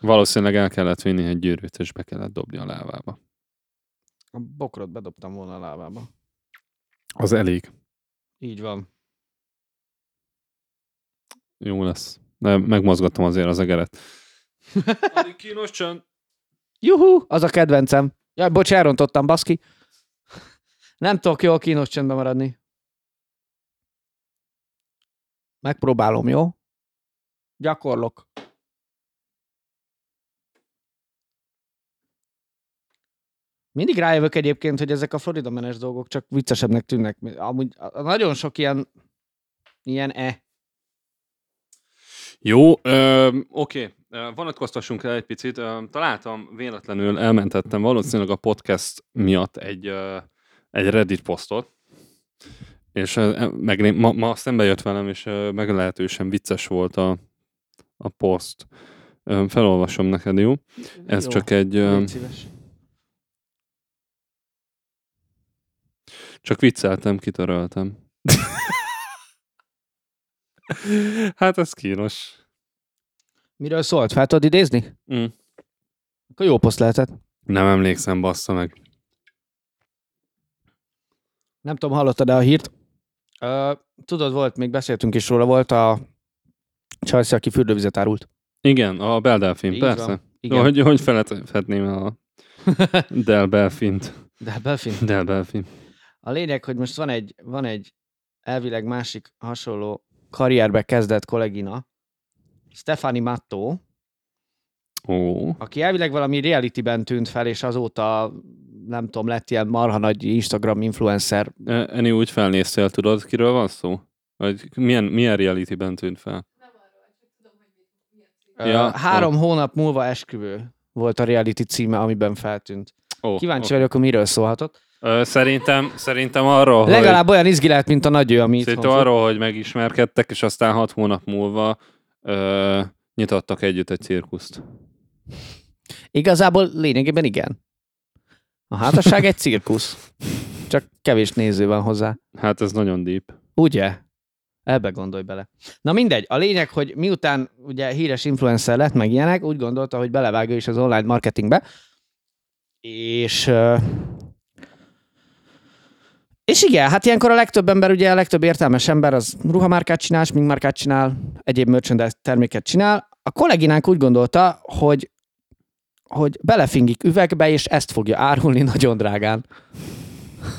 Speaker 1: Valószínűleg el kellett vinni egy gyűrűt, és be kellett dobni a lávába.
Speaker 2: A bokrot bedobtam volna a lábába.
Speaker 1: Az elég.
Speaker 2: Így van.
Speaker 1: Jó lesz. De megmozgattam azért az egeret. Addig kínos csönd.
Speaker 2: Juhu, az a kedvencem. Jaj, bocs, elrontottam, baszki. Nem tudok jól kínos csöndbe maradni. Megpróbálom, jó? Gyakorlok. Mindig rájövök egyébként, hogy ezek a Florida menes dolgok csak viccesebbnek tűnnek. Amúgy a- a nagyon sok ilyen, ilyen e.
Speaker 1: Jó, ö, oké. Ö, Vonatkoztassunk el egy picit. Ö, találtam, véletlenül elmentettem valószínűleg a podcast miatt egy, ö, egy Reddit posztot, és ö, e, meg, ma, ma szembe jött velem, és ö, meglehetősen vicces volt a, a poszt. Ö, felolvasom neked, jó? Ez
Speaker 2: Jó,
Speaker 1: csak egy... Ö,
Speaker 2: légy szíves.
Speaker 1: Csak vicceltem, kitöröltem. hát ez kínos.
Speaker 2: Miről szólt? Fel tudod idézni?
Speaker 1: Mm.
Speaker 2: Akkor jó poszt lehetett.
Speaker 1: Nem emlékszem, bassza meg.
Speaker 2: Nem tudom, hallottad-e a hírt? Ö, tudod, volt, még beszéltünk is róla, volt a Csajci, aki fürdővizet árult.
Speaker 1: Igen, a Beldelfin,
Speaker 2: Így
Speaker 1: persze.
Speaker 2: van.
Speaker 1: Igen. Hogy, hogy feledhetném el a Del Belfint.
Speaker 2: De Belfin.
Speaker 1: Del Belfin.
Speaker 2: A lényeg, hogy most van egy, van egy elvileg másik hasonló karrierbe kezdett kollégina, Stefani Matto,
Speaker 1: Ó,
Speaker 2: aki elvileg valami realityben tűnt fel, és azóta nem tudom, lett ilyen marha nagy Instagram influencer.
Speaker 1: E- Eni úgy felnéztél, tudod, kiről van szó? Vagy milyen, milyen realityben tűnt fel?
Speaker 2: Ö,
Speaker 1: Ja,
Speaker 2: három hónap múlva esküvő volt a reality címe, amiben feltűnt.
Speaker 1: Ó,
Speaker 2: Kíváncsi
Speaker 1: ó.
Speaker 2: vagyok, hogy miről szólhatott.
Speaker 1: Ö, Szerintem, szerintem arról, hogy,
Speaker 2: Legalább olyan izgi lehet, mint a nagyő, ami itt
Speaker 1: szerintem arról, hogy megismerkedtek, és aztán hat hónap múlva ö, nyitottak együtt egy cirkuszt.
Speaker 2: Igazából lényegében igen. A házasság egy cirkusz. Csak kevés néző van hozzá.
Speaker 1: Hát ez nagyon deep.
Speaker 2: Ugye? Ebbe gondolj bele. Na mindegy, a lényeg, hogy miután ugye híres influencer lett, meg ilyenek, úgy gondolta, hogy belevág ő is az online marketingbe, és ö, és igen, hát ilyenkor a legtöbb ember, ugye a legtöbb értelmes ember az ruhamárkát csinál, sminkmárkát csinál, egyéb merchandise terméket csinál. A kolléginánk úgy gondolta, hogy hogy belefingik üvegbe, és ezt fogja árulni nagyon drágán.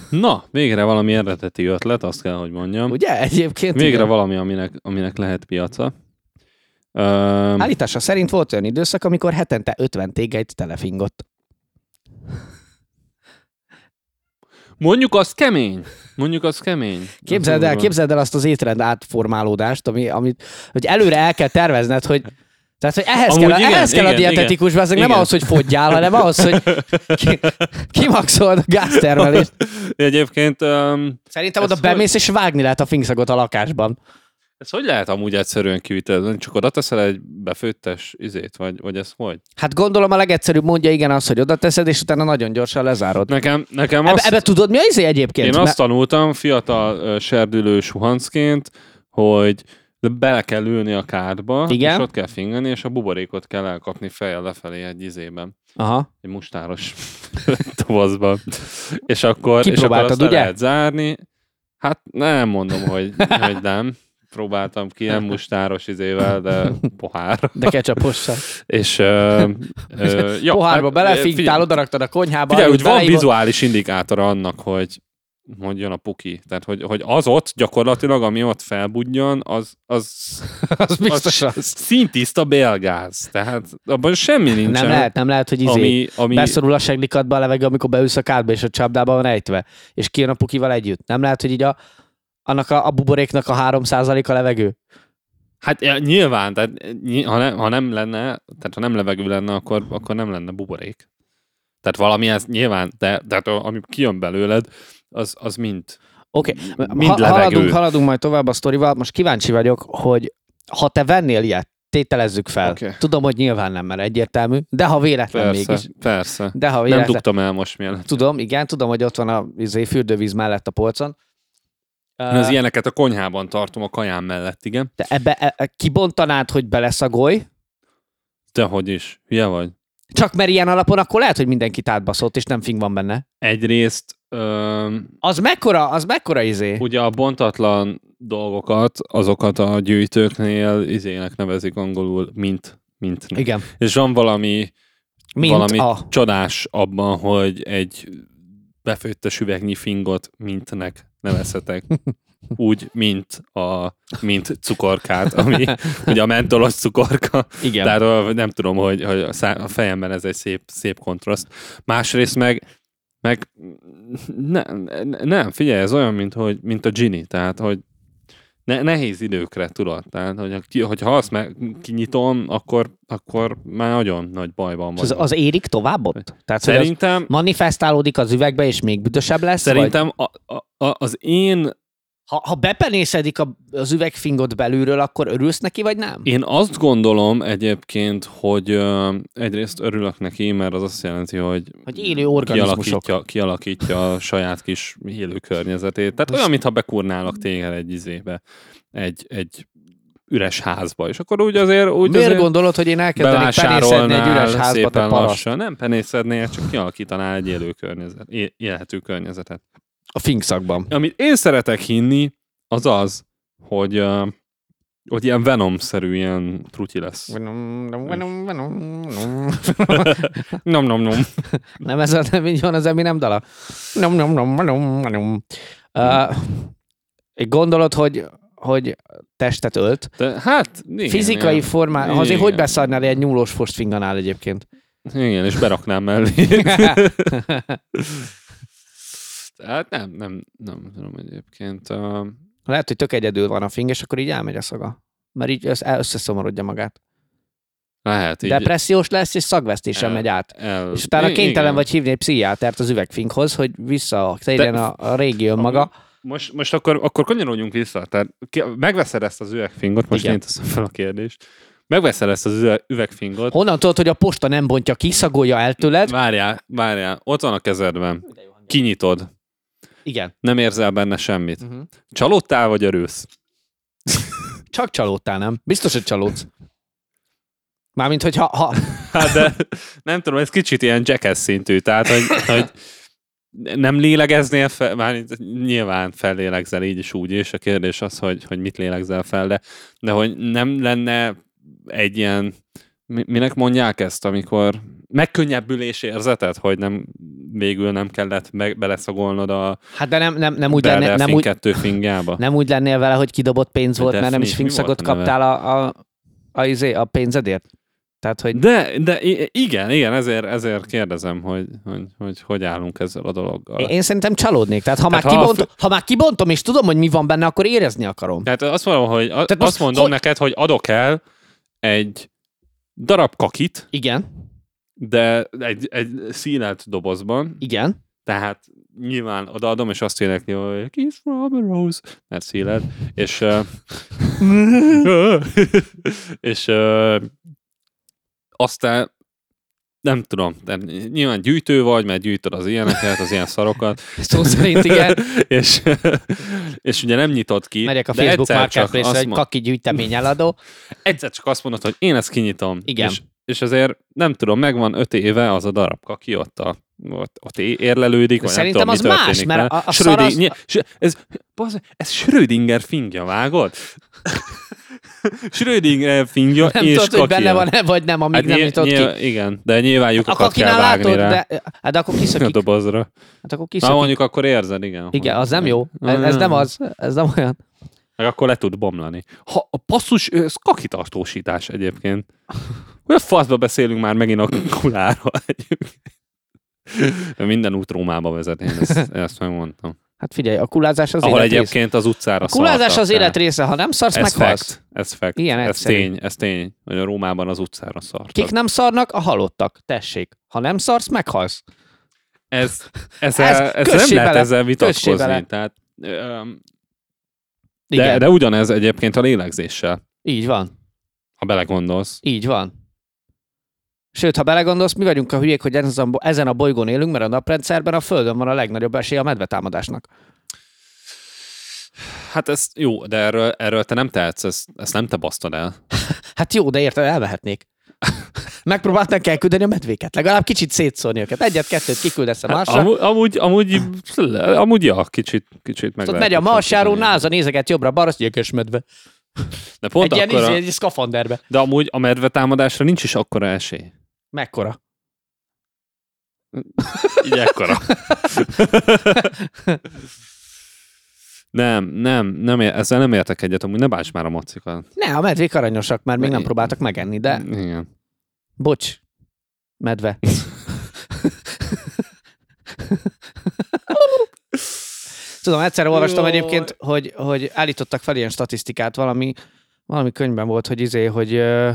Speaker 1: Na, végre valami eredeti ötlet, azt kell, hogy mondjam.
Speaker 2: Ugye? Egyébként
Speaker 1: Végre
Speaker 2: hát igen.
Speaker 1: valami, aminek, aminek lehet piaca.
Speaker 2: Hát
Speaker 1: Öm,
Speaker 2: Állítása szerint volt olyan időszak, amikor hetente 50 tégeit telefingott.
Speaker 1: Mondjuk az kemény. Mondjuk az kemény.
Speaker 2: Képzeld
Speaker 1: Az
Speaker 2: el,
Speaker 1: durva.
Speaker 2: képzeld el azt az étrend átformálódást, ami, amit, hogy előre el kell tervezned, hogy tehát, hogy ehhez
Speaker 1: Amúgy
Speaker 2: kell,
Speaker 1: igen,
Speaker 2: igen, ehhez kell
Speaker 1: igen,
Speaker 2: a dietetikus, igen, nem
Speaker 1: igen.
Speaker 2: ahhoz, hogy fogyjál, hanem ahhoz, hogy ki, kimaxold a gáztermelést.
Speaker 1: Egyébként öm,
Speaker 2: Szerintem
Speaker 1: Ez
Speaker 2: oda
Speaker 1: hogy-
Speaker 2: bemész, és vágni lehet a fingszagot a lakásban.
Speaker 1: ez hogy lehet amúgy egyszerűen kivitelezni? Csak oda teszel egy befőttes izét, vagy, vagy ez hogy?
Speaker 2: Hát gondolom a legegyszerűbb mondja igen az, hogy oda teszed, és utána nagyon gyorsan lezárod.
Speaker 1: Nekem, nekem
Speaker 2: Ebbe,
Speaker 1: azt,
Speaker 2: ebbe tudod, mi az izé egyébként?
Speaker 1: én azt tanultam fiatal ö, serdülő suhancként, hogy de bele kell ülni a kádba,
Speaker 2: Igen.
Speaker 1: és ott kell fingerni, és a buborékot kell elkapni fejjel lefelé egy izében,
Speaker 2: Aha.
Speaker 1: egy mustáros dobozban. És akkor, és akkor
Speaker 2: Kipróbáltad,
Speaker 1: azt le
Speaker 2: ugye?
Speaker 1: lehet zárni. Hát nem mondom, hogy, hogy nem. Próbáltam ki, nem mustáros izével, de pohár.
Speaker 2: De kecsapossal.
Speaker 1: És ö, ö, ja,
Speaker 2: Pohárba
Speaker 1: hát,
Speaker 2: belefintál, odaraktad a konyhába.
Speaker 1: Figyelj,
Speaker 2: arra
Speaker 1: úgy van
Speaker 2: beleívod.
Speaker 1: vizuális indikátora annak, hogy hogy jön a puki. Tehát, hogy, hogy az ott gyakorlatilag, ami ott felbudjon, az, az,
Speaker 2: Az biztos
Speaker 1: az,
Speaker 2: az.
Speaker 1: szintiszta belgáz. Tehát abban semmi nincsen.
Speaker 2: Nem lehet, nem lehet, hogy izé. Ami...
Speaker 1: ami, ami
Speaker 2: Beszorul a seglikadba a levegő, amikor beülsz a kádba, és a csapdába van rejtve. És kijön a pukival együtt. Nem lehet, hogy így a, annak a, a buboréknak a 3% a levegő.
Speaker 1: Hát ja, nyilván, tehát, ny- ha, nem, ha nem lenne, tehát ha nem levegő lenne, akkor, akkor nem lenne buborék. Tehát valami ez nyilván, de, de hát, ami kijön belőled, az, az mind.
Speaker 2: Oké,
Speaker 1: Mind
Speaker 2: ha,
Speaker 1: levegő.
Speaker 2: haladunk, haladunk majd tovább a sztorival. Most kíváncsi vagyok, hogy ha te vennél ilyet, tételezzük fel.
Speaker 1: Oké.
Speaker 2: Tudom, hogy nyilván nem, mert egyértelmű, de ha véletlen
Speaker 1: Persze,
Speaker 2: mégis.
Speaker 1: persze.
Speaker 2: De ha
Speaker 1: Nem
Speaker 2: véletlen,
Speaker 1: dugtam el most mielőtt.
Speaker 2: Tudom, igen, tudom, hogy ott van a izé, fürdővíz mellett a polcon.
Speaker 1: Én az ilyeneket a konyhában tartom, a kaján mellett, igen.
Speaker 2: Te ebbe e, e, kibontanád, hogy beleszagolj,
Speaker 1: De hogy is, hülye vagy?
Speaker 2: csak mert ilyen alapon akkor lehet, hogy mindenkit átbaszott, és nem fing van benne.
Speaker 1: Egyrészt öm,
Speaker 2: Az mekkora, az mekkora izé?
Speaker 1: ugye a bontatlan dolgokat, azokat a gyűjtőknél izének nevezik angolul, mint, mint.
Speaker 2: Igen.
Speaker 1: És van valami
Speaker 2: Mint
Speaker 1: valami
Speaker 2: a...
Speaker 1: csodás abban, hogy egy befőttes üvegnyi fingot mintnek nevezhetek. Úgy, mint a mint cukorkát, ami ugye a mentolos cukorka.
Speaker 2: Igen.
Speaker 1: Tehát ö, nem tudom, hogy, hogy a, szá- a fejemben ez egy szép, szép kontraszt. Másrészt meg, meg ne, ne- nem, figyelj, ez olyan, mint, hogy, mint a Gini, tehát, hogy ne, nehéz időkre, tudod. Tehát, hogy, ki- hogyha azt meg kinyitom, akkor, akkor már nagyon nagy bajban
Speaker 2: És
Speaker 1: vagyok.
Speaker 2: Az, az érik tovább ott? Tehát, hogy az
Speaker 1: Szerintem,
Speaker 2: manifestálódik az üvegbe, és még büdösebb lesz? Vagy?
Speaker 1: szerintem a, a, a, az én,
Speaker 2: Ha, ha bepenészedik a, az üvegfingot belülről, akkor örülsz neki, vagy nem?
Speaker 1: én azt gondolom egyébként, hogy ö, egyrészt örülök neki, mert az azt jelenti, hogy
Speaker 2: Hogy élő organizmusok.
Speaker 1: kialakítja, kialakítja a saját kis élő környezetét. Tehát olyan, mintha bekurnálak téged egy izébe, egy, egy üres házba, és akkor úgy azért, úgy
Speaker 2: Miért
Speaker 1: azért
Speaker 2: gondolod, hogy én elkezdenék penészedni egy
Speaker 1: belásárolnál
Speaker 2: üres házba, te
Speaker 1: szépen
Speaker 2: paraszt?
Speaker 1: lassan. Nem penészednél, csak kialakítanál egy élő környezet, é- élhető környezetet.
Speaker 2: A fingszakban.
Speaker 1: amit én szeretek hinni, az az, hogy, ö, hogy ilyen Venom-szerű ilyen truti lesz. Nom nom nom.
Speaker 2: Nem ez a, nem így van az Eminem dala? Nom, nom, nom, nom, nom. Uh,
Speaker 1: Hm.
Speaker 2: gondolod, hogy, hogy testet ölt?
Speaker 1: De, hát, igen,
Speaker 2: Fizikai
Speaker 1: igen.
Speaker 2: formában,
Speaker 1: Igen.
Speaker 2: azért hogy beszarnál egy nyúlós fostfinganál egyébként?
Speaker 1: Igen, és beraknám mellé. hát nem, nem, nem tudom egyébként. Ö,
Speaker 2: Lehet, hogy tök egyedül van a fing, és akkor így elmegy a szaga. Mert így össz- összeszomorodja magát.
Speaker 1: Lehet így.
Speaker 2: Depressziós lesz, és szagvesztésen
Speaker 1: El-
Speaker 2: megy át.
Speaker 1: el,
Speaker 2: És utána
Speaker 1: I-
Speaker 2: kénytelen
Speaker 1: igen.
Speaker 2: vagy hívni egy pszichiátert az üvegfinkhoz, hogy vissza tegyen a, a régi önmaga.
Speaker 1: Most, most akkor, akkor kanyarodjunk vissza. Tehát ki- megveszed ezt az üvegfingot, most
Speaker 2: Igen.
Speaker 1: én teszem fel a kérdést. Megveszed ezt az üve- üvegfingot.
Speaker 2: Honnan tudod, hogy a posta nem bontja ki, szagolja el tőled?
Speaker 1: Várjál, várjál. Ott van a kezedben. Kinyitod.
Speaker 2: Igen.
Speaker 1: Nem érzel benne semmit.
Speaker 2: Uh-huh.
Speaker 1: Csalódtál vagy örülsz?
Speaker 2: Csak csalódtál, nem? Biztos, hogy csalódsz. Mármint, hogy ha, ha
Speaker 1: Hát de nem tudom, ez kicsit ilyen jackass szintű, tehát hogy, hogy nem lélegeznél fel, már itt nyilván fellélegzel így is úgy is, a kérdés az, hogy, hogy mit lélegzel fel, de, de hogy nem lenne egy ilyen, mi- minek mondják ezt, amikor megkönnyebbülés érzeted, hogy nem végül nem kellett meg, beleszagolnod a
Speaker 2: hát de nem, nem, nem, úgy, lenne,
Speaker 1: Berdelfin
Speaker 2: nem, úgy,
Speaker 1: kettő fingába.
Speaker 2: nem úgy lennél vele, hogy kidobott pénz volt,
Speaker 1: De
Speaker 2: mert nem
Speaker 1: mi-
Speaker 2: is
Speaker 1: mi volt
Speaker 2: fingszagot
Speaker 1: a neve?
Speaker 2: kaptál a, a, a, izé, a pénzedért. Tehát, hogy
Speaker 1: De, de i- igen, igen, ezért, ezért kérdezem, hogy hogy, hogy, hogy állunk ezzel a dologgal.
Speaker 2: én- én szerintem csalódnék. Tehát ha,
Speaker 1: Tehát
Speaker 2: már,
Speaker 1: ha a
Speaker 2: kibontom, ha már kibontom, és tudom, hogy mi van benne, akkor érezni akarom.
Speaker 1: Tehát azt mondom, hogy a,
Speaker 2: Tehát
Speaker 1: Tehát
Speaker 2: most
Speaker 1: azt mondom
Speaker 2: hogy-
Speaker 1: hogy... neked, hogy adok el egy darab kakit,
Speaker 2: Igen,
Speaker 1: de egy, egy színelt dobozban,
Speaker 2: igen.
Speaker 1: tehát nyilván odaadom, és azt énekli, hogy Kiss from a Rose, mert színelt, és ö, és ö, aztán nem tudom, de nyilván gyűjtő vagy, mert gyűjtöd az ilyeneket, az ilyen szarokat,
Speaker 2: Szó szerint igen,
Speaker 1: és, és ugye nem nyitod ki.
Speaker 2: megyek a
Speaker 1: de
Speaker 2: Facebook
Speaker 1: egyszer csak
Speaker 2: marketplace
Speaker 1: azt
Speaker 2: hogy
Speaker 1: mo-
Speaker 2: kaki gyűjtemény eladó.
Speaker 1: egyszer csak azt mondod, hogy én ezt kinyitom.
Speaker 2: Igen.
Speaker 1: És, és azért nem tudom, megvan öt éve az a darab kaki ott a ott, ott é- érlelődik, vagy
Speaker 2: Szerintem
Speaker 1: nem tudom,
Speaker 2: az
Speaker 1: mi
Speaker 2: más,
Speaker 1: történik
Speaker 2: mert
Speaker 1: vele.
Speaker 2: a- a
Speaker 1: Schrödi-
Speaker 2: szar az-
Speaker 1: nye- s- ez, bazd, ez Schrödinger fingja, vágod? Schrödinger fingja
Speaker 2: Nem
Speaker 1: és
Speaker 2: tudod, hogy benne
Speaker 1: kakija.
Speaker 2: van-e, vagy nem, amíg
Speaker 1: Hát
Speaker 2: nem
Speaker 1: nyilv-
Speaker 2: nyitott ki.
Speaker 1: nyilv- Igen, de nyilván
Speaker 2: A
Speaker 1: lyukakat kell
Speaker 2: kakinál
Speaker 1: vágni
Speaker 2: látod,
Speaker 1: rá.
Speaker 2: de, hát de akkor
Speaker 1: A
Speaker 2: kiszökik.
Speaker 1: dobozra.
Speaker 2: Hát akkor
Speaker 1: Na
Speaker 2: kiszökik.
Speaker 1: mondjuk akkor érzed, igen.
Speaker 2: Igen,
Speaker 1: hogy-
Speaker 2: az nem jó. Ez, ez nem az. Ez nem olyan.
Speaker 1: Meg akkor le tud bomlani. Ha a passzus, ez kakitartósítás egyébként. Olyan faszba beszélünk már megint a kulára egyébként. Minden út Rómába vezet, én ezt, ezt megmondtam.
Speaker 2: Hát figyelj, a kulázás az
Speaker 1: Ahol
Speaker 2: élet része.
Speaker 1: egyébként az utcára
Speaker 2: A kulázás
Speaker 1: szartak
Speaker 2: az
Speaker 1: rá.
Speaker 2: élet része, ha nem szarsz,
Speaker 1: Ez
Speaker 2: meghalsz.
Speaker 1: fact, ez fact.
Speaker 2: Ilyen
Speaker 1: ez
Speaker 2: egyszerű.
Speaker 1: tény, ez tény, hogy a Rómában az utcára szartak.
Speaker 2: Kik nem szarnak, a halottak. Tessék. Ha nem szarsz, meghalsz.
Speaker 1: Ez, ezzel,
Speaker 2: Ez-
Speaker 1: ez, ezzel
Speaker 2: kössé
Speaker 1: nem lehet
Speaker 2: bele,
Speaker 1: ezzel
Speaker 2: kössé bele.
Speaker 1: vitatkozni. Tehát, öm, de,
Speaker 2: Igen,
Speaker 1: de ugyanez egyébként a lélegzéssel,
Speaker 2: így van.
Speaker 1: ha belegondolsz.
Speaker 2: Így van. Sőt, ha belegondolsz, mi vagyunk a hülyék, hogy ezen a bo- ezen a bolygón élünk, mert a naprendszerben a Földön van a legnagyobb esély a medvetámadásnak.
Speaker 1: Hát ez jó, de erről, erről te nem tehetsz, ezt, ezt nem te basztod el.
Speaker 2: Hát jó, de érted, elvehetnék. Megpróbálták elküldeni a medvéket, legalább kicsit szétszórni őket. Egyet-kettőt kiküldesz a Marsra,
Speaker 1: Hát, Amúgy, amúgy, amúgy, amúgy ja, kicsit, kicsit meg
Speaker 2: Tudod,
Speaker 1: lehet
Speaker 2: megy a
Speaker 1: vitatkozni.
Speaker 2: marsjáró, náza nézeget jobbra-balra, azt gyökös medve.
Speaker 1: De, pont
Speaker 2: egy ilyen
Speaker 1: akkora,
Speaker 2: izé, egy szkafanderbe.
Speaker 1: de amúgy a medve támadásra nincs is akkora esély.
Speaker 2: Mekkora?
Speaker 1: Így ekkora. nem, nem, nem, ér- ezzel nem értek egyet, amúgy ne bánts már a macikat.
Speaker 2: Ne, a medvék aranyosak, mert még nem
Speaker 1: Ne.
Speaker 2: próbáltak megenni, de
Speaker 1: Igen.
Speaker 2: bocs, medve. Tudom, egyszer olvastam
Speaker 1: Jaj.
Speaker 2: egyébként, hogy, hogy állítottak fel ilyen statisztikát, valami, valami könyvben volt, hogy izé, hogy ö,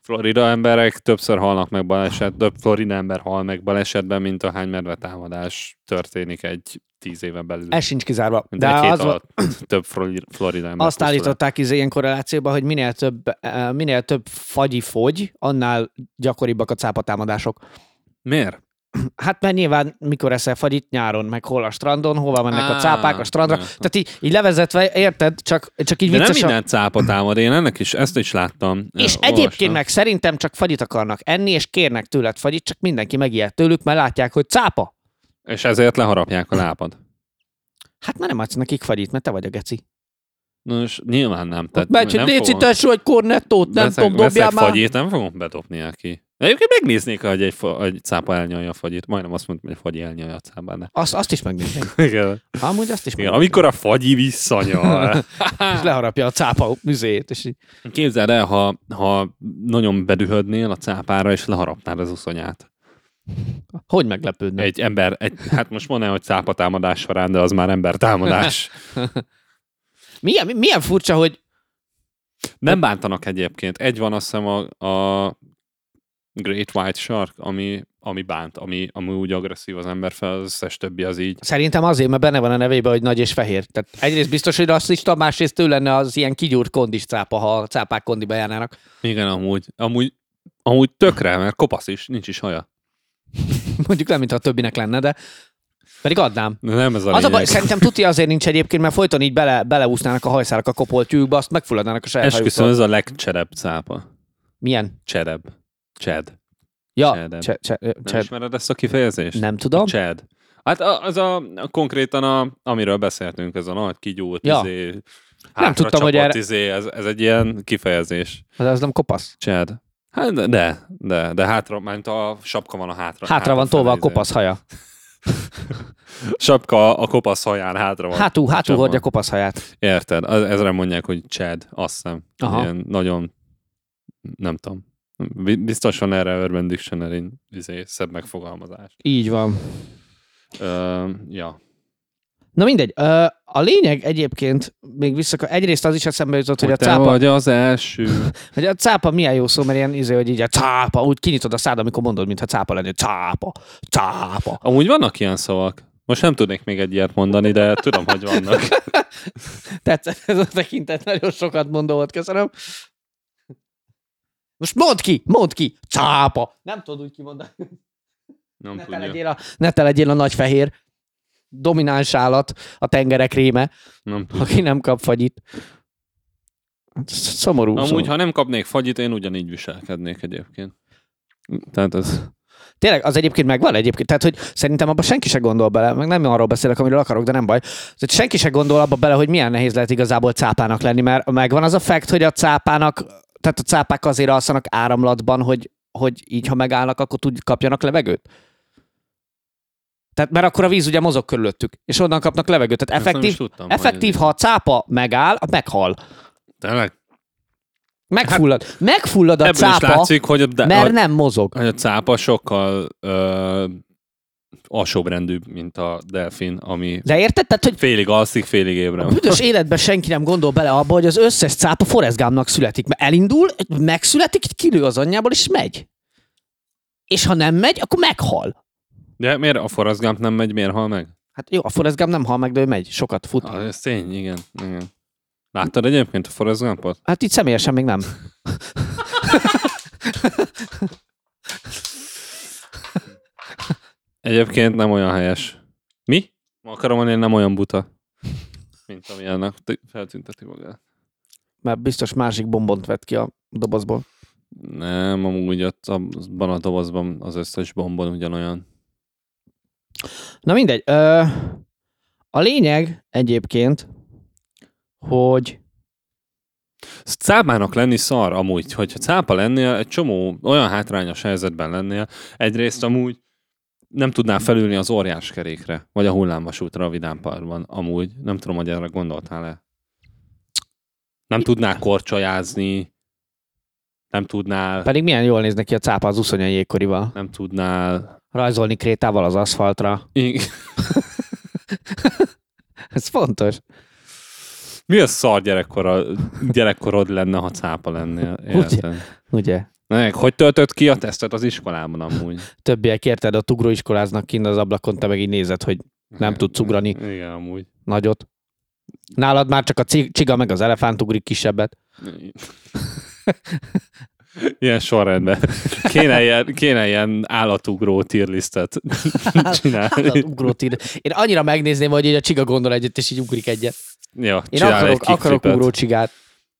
Speaker 1: Florida emberek többször halnak meg baleset, több Florida ember hal meg balesetben, mint ahány medve támadás történik egy tíz éven belül.
Speaker 2: ez sincs kizárva.
Speaker 1: De
Speaker 2: E- De
Speaker 1: két
Speaker 2: az, va-
Speaker 1: alatt több Flori- Florida ember
Speaker 2: Azt
Speaker 1: pusztul el.
Speaker 2: állították izé ilyen korrelációban, hogy minél több, eh, minél több fagyi fogy, annál gyakoribbak a cápatámadások.
Speaker 1: Miért?
Speaker 2: Hát mert nyilván mikor eszel fagyit nyáron, meg hol a strandon, hova mennek a
Speaker 1: Á,
Speaker 2: cápák a strandra.
Speaker 1: értem.
Speaker 2: Tehát így, így levezetve, érted, csak, csak így
Speaker 1: De nem
Speaker 2: vicces. a-
Speaker 1: minden cápa támad, én ennek is, ezt is láttam.
Speaker 2: És
Speaker 1: Olvastam.
Speaker 2: egyébként meg szerintem csak fagyit akarnak enni, és kérnek tőled fagyit, csak mindenki megijed tőlük, mert látják, hogy cápa.
Speaker 1: És ezért leharapják a lábad.
Speaker 2: Hát már nem adsz nekik fagyit, mert te vagy a geci.
Speaker 1: Nos, nyilván nem. Tehát
Speaker 2: Megy, hogy
Speaker 1: Hát, nem
Speaker 2: légy
Speaker 1: fogom-
Speaker 2: szítes, hogy kornettót, nem
Speaker 1: veszek-
Speaker 2: tudom, dobjál
Speaker 1: veszek
Speaker 2: már.
Speaker 1: fagyit, nem fogom bedobni neki. Egyébként megnéznék, hogy egy, fa- egy cápa elnyalja a fagyit. Majdnem azt mondtam, hogy a fagyi elnyalja a cápát. De...
Speaker 2: Azt, azt is megnézem.
Speaker 1: Igen.
Speaker 2: Amúgy azt is
Speaker 1: Igen,
Speaker 2: megnézem.
Speaker 1: amikor a fagyi visszanyal.
Speaker 2: és leharapja a cápa műzét, és így.
Speaker 1: Képzeld el, ha, ha nagyon bedühödnél a cápára, és leharapnád az uszonyát.
Speaker 2: Hogy meglepődne?
Speaker 1: Egy ember, egy, hát most mondanám, hogy cápa támadás során, de az már ember támadás.
Speaker 2: Milyen, milyen furcsa, hogy
Speaker 1: Nem bántanak egyébként. Egy van azt hiszem a, a Great White Shark, ami, ami bánt, ami, ami úgy agresszív az ember fel, az összes többi az így.
Speaker 2: szerintem azért, mert benne van a nevében, hogy nagy és fehér. Tehát egyrészt biztos, hogy rasszista, másrészt ő lenne az ilyen kigyúrt kondis cápa, ha a cápák kondiba járnának.
Speaker 1: Igen, amúgy, amúgy, amúgy tökre, mert kopasz is, nincs is haja.
Speaker 2: Mondjuk nem, mintha a többinek lenne, de pedig adnám.
Speaker 1: De Nem ez a
Speaker 2: Az a
Speaker 1: lényeg.
Speaker 2: baj, szerintem tuti azért nincs egyébként, mert folyton így bele, beleúsznának a hajszálak a kopoltyűkbe, azt megfulladnának a saját
Speaker 1: Esküszöm,
Speaker 2: hajuktól.
Speaker 1: ez a legcserebb cápa.
Speaker 2: Milyen?
Speaker 1: Csereb. Csed.
Speaker 2: Ja,
Speaker 1: Csedem.
Speaker 2: cse, cse,
Speaker 1: Nem
Speaker 2: cse,
Speaker 1: ismered ezt a kifejezést?
Speaker 2: nem tudom.
Speaker 1: Csed. Hát a- az a, a konkrétan, a, amiről beszéltünk, ez a nagy kigyúrt,
Speaker 2: Ja.
Speaker 1: ja. izé,
Speaker 2: Nem tudtam,
Speaker 1: hátracsapott
Speaker 2: hogy erre-
Speaker 1: izé, ez, ez egy ilyen kifejezés.
Speaker 2: Az, az nem kopasz.
Speaker 1: Chad. Hát de- de, de, de hátra, mint a sapka van a hátra.
Speaker 2: Hátra van
Speaker 1: fele,
Speaker 2: tolva a
Speaker 1: izé.
Speaker 2: kopasz haja.
Speaker 1: Sapka a kopasz haján hátra van.
Speaker 2: Hátul, hátul
Speaker 1: Csak
Speaker 2: hordja
Speaker 1: van.
Speaker 2: kopasz haját.
Speaker 1: Érted? Az- Ezre mondják, hogy Chad, azt hiszem.
Speaker 2: Aha.
Speaker 1: Ilyen nagyon, nem tudom. Bi- Biztos van erre Urban Dictionary izé, szebb megfogalmazás.
Speaker 2: Így van.
Speaker 1: Ö, ja.
Speaker 2: Na mindegy. Ö, A lényeg egyébként, még vissza, egyrészt az is eszembe jutott, hogy, a
Speaker 1: te
Speaker 2: cápa,
Speaker 1: vagy az első.
Speaker 2: hogy a cápa milyen jó szó, mert ilyen izé, hogy így a cápa, úgy kinyitod a szád, amikor mondod, mintha cápa lenne. Cápa, cápa.
Speaker 1: Amúgy vannak ilyen szavak. Most nem tudnék még egy ilyet mondani, de tudom, hogy vannak.
Speaker 2: Tetszett ez a tekintet, nagyon sokat mondó volt, köszönöm. Most mondd ki, mondd ki, cápa. Nem tudod úgy kimondani.
Speaker 1: Nem
Speaker 2: Ne te,
Speaker 1: tudja.
Speaker 2: legyél a, ne te legyél a nagy fehér domináns állat, a tengerek réme,
Speaker 1: Nem tudja.
Speaker 2: aki nem kap fagyit. Hát ez Szomorú.
Speaker 1: Amúgy,
Speaker 2: szomorú.
Speaker 1: ha nem kapnék fagyit, én ugyanígy viselkednék egyébként. Tehát ez...
Speaker 2: Tényleg, az egyébként megvan egyébként. Tehát, hogy szerintem abba senki se gondol bele, meg nem arról beszélek, amiről akarok, de nem baj. Tehát senki se gondol abba bele, hogy milyen nehéz lehet igazából cápának lenni, mert megvan az a fakt, hogy a cápának, tehát a cápák azért alszanak áramlatban, hogy, hogy így, ha megállnak, akkor tud, kapjanak levegőt. Tehát, mert akkor a víz ugye mozog körülöttük, és onnan kapnak levegőt. Tehát
Speaker 1: Ezt nem is
Speaker 2: effektív,
Speaker 1: tudtam, hogy
Speaker 2: effektív, ha a cápa megáll, meghal.
Speaker 1: Tényleg?
Speaker 2: Megfullad. Megfullad a
Speaker 1: Hát Ebből is
Speaker 2: cápa,
Speaker 1: látszik, hogy a, de,
Speaker 2: mert
Speaker 1: a,
Speaker 2: nem mozog.
Speaker 1: hogy a cápa sokkal ö, alsóbrendű, mint a delfin, ami
Speaker 2: De érted? Tehát, hogy
Speaker 1: félig alszik, félig ébren.
Speaker 2: A büdös életben senki nem gondol bele abba, hogy az összes cápa Forrest Gumpnak születik, mert elindul, megszületik, kilő az anyjából, és megy. És ha nem megy, akkor meghal.
Speaker 1: De miért a Forrest Gump nem megy, miért hal meg?
Speaker 2: Hát jó, a Forrest Gump nem hal meg, de ő megy, sokat fut.
Speaker 1: Ah, ez tény, igen. igen. Láttad egyébként a Forrest Gumpot?
Speaker 2: Hát itt személyesen még nem.
Speaker 1: Egyébként nem olyan helyes. Mi? Ma akarom mondani, nem olyan buta, mint amilyennek t- feltünteti magát.
Speaker 2: Mert biztos másik bombont vett ki a dobozból.
Speaker 1: Nem, amúgy ott abban a dobozban az összes bombon ugyanolyan.
Speaker 2: Na mindegy. Ö, a lényeg egyébként, hogy
Speaker 1: Cápának lenni szar amúgy, hogyha cápa lennél, egy csomó olyan hátrányos helyzetben lennél, egyrészt amúgy nem tudnál felülni az óriás kerékre, vagy a hullámvasútra a vidámparkban, amúgy. Nem tudom, hogy erre gondoltál-e. Nem tudnál korcsolyázni, nem tudnál,
Speaker 2: pedig milyen jól néz neki a cápa az uszonya jégkorival.
Speaker 1: nem tudnál...
Speaker 2: Rajzolni krétával az aszfaltra.
Speaker 1: I-
Speaker 2: Ez fontos.
Speaker 1: Mi a szar gyerekkora, gyerekkorod lenne, ha cápa lennél? Érted?
Speaker 2: Ugye?
Speaker 1: Meg, hogy töltött ki a tesztet az iskolában amúgy?
Speaker 2: többiek érted, ott ugróiskoláznak kint az ablakon, te meg így nézed, hogy
Speaker 1: Mhm.
Speaker 2: Nem tudsz ugrani.
Speaker 1: Igen, amúgy.
Speaker 2: nagyot. Nálad már csak a ci- csiga meg az elefánt ugrik kisebbet.
Speaker 1: Ilyen sorrendben. Kéne ilyen, kéne ilyen állatugró tírlisztet
Speaker 2: Hát,
Speaker 1: csinálni.
Speaker 2: Ugrót ír. Én annyira megnézném, hogy így a csiga gondol egyet, és így ugrik egyet.
Speaker 1: Ja,
Speaker 2: Én
Speaker 1: csinál
Speaker 2: akarok,
Speaker 1: egy
Speaker 2: akarok
Speaker 1: kickflipet.
Speaker 2: ugró csigát.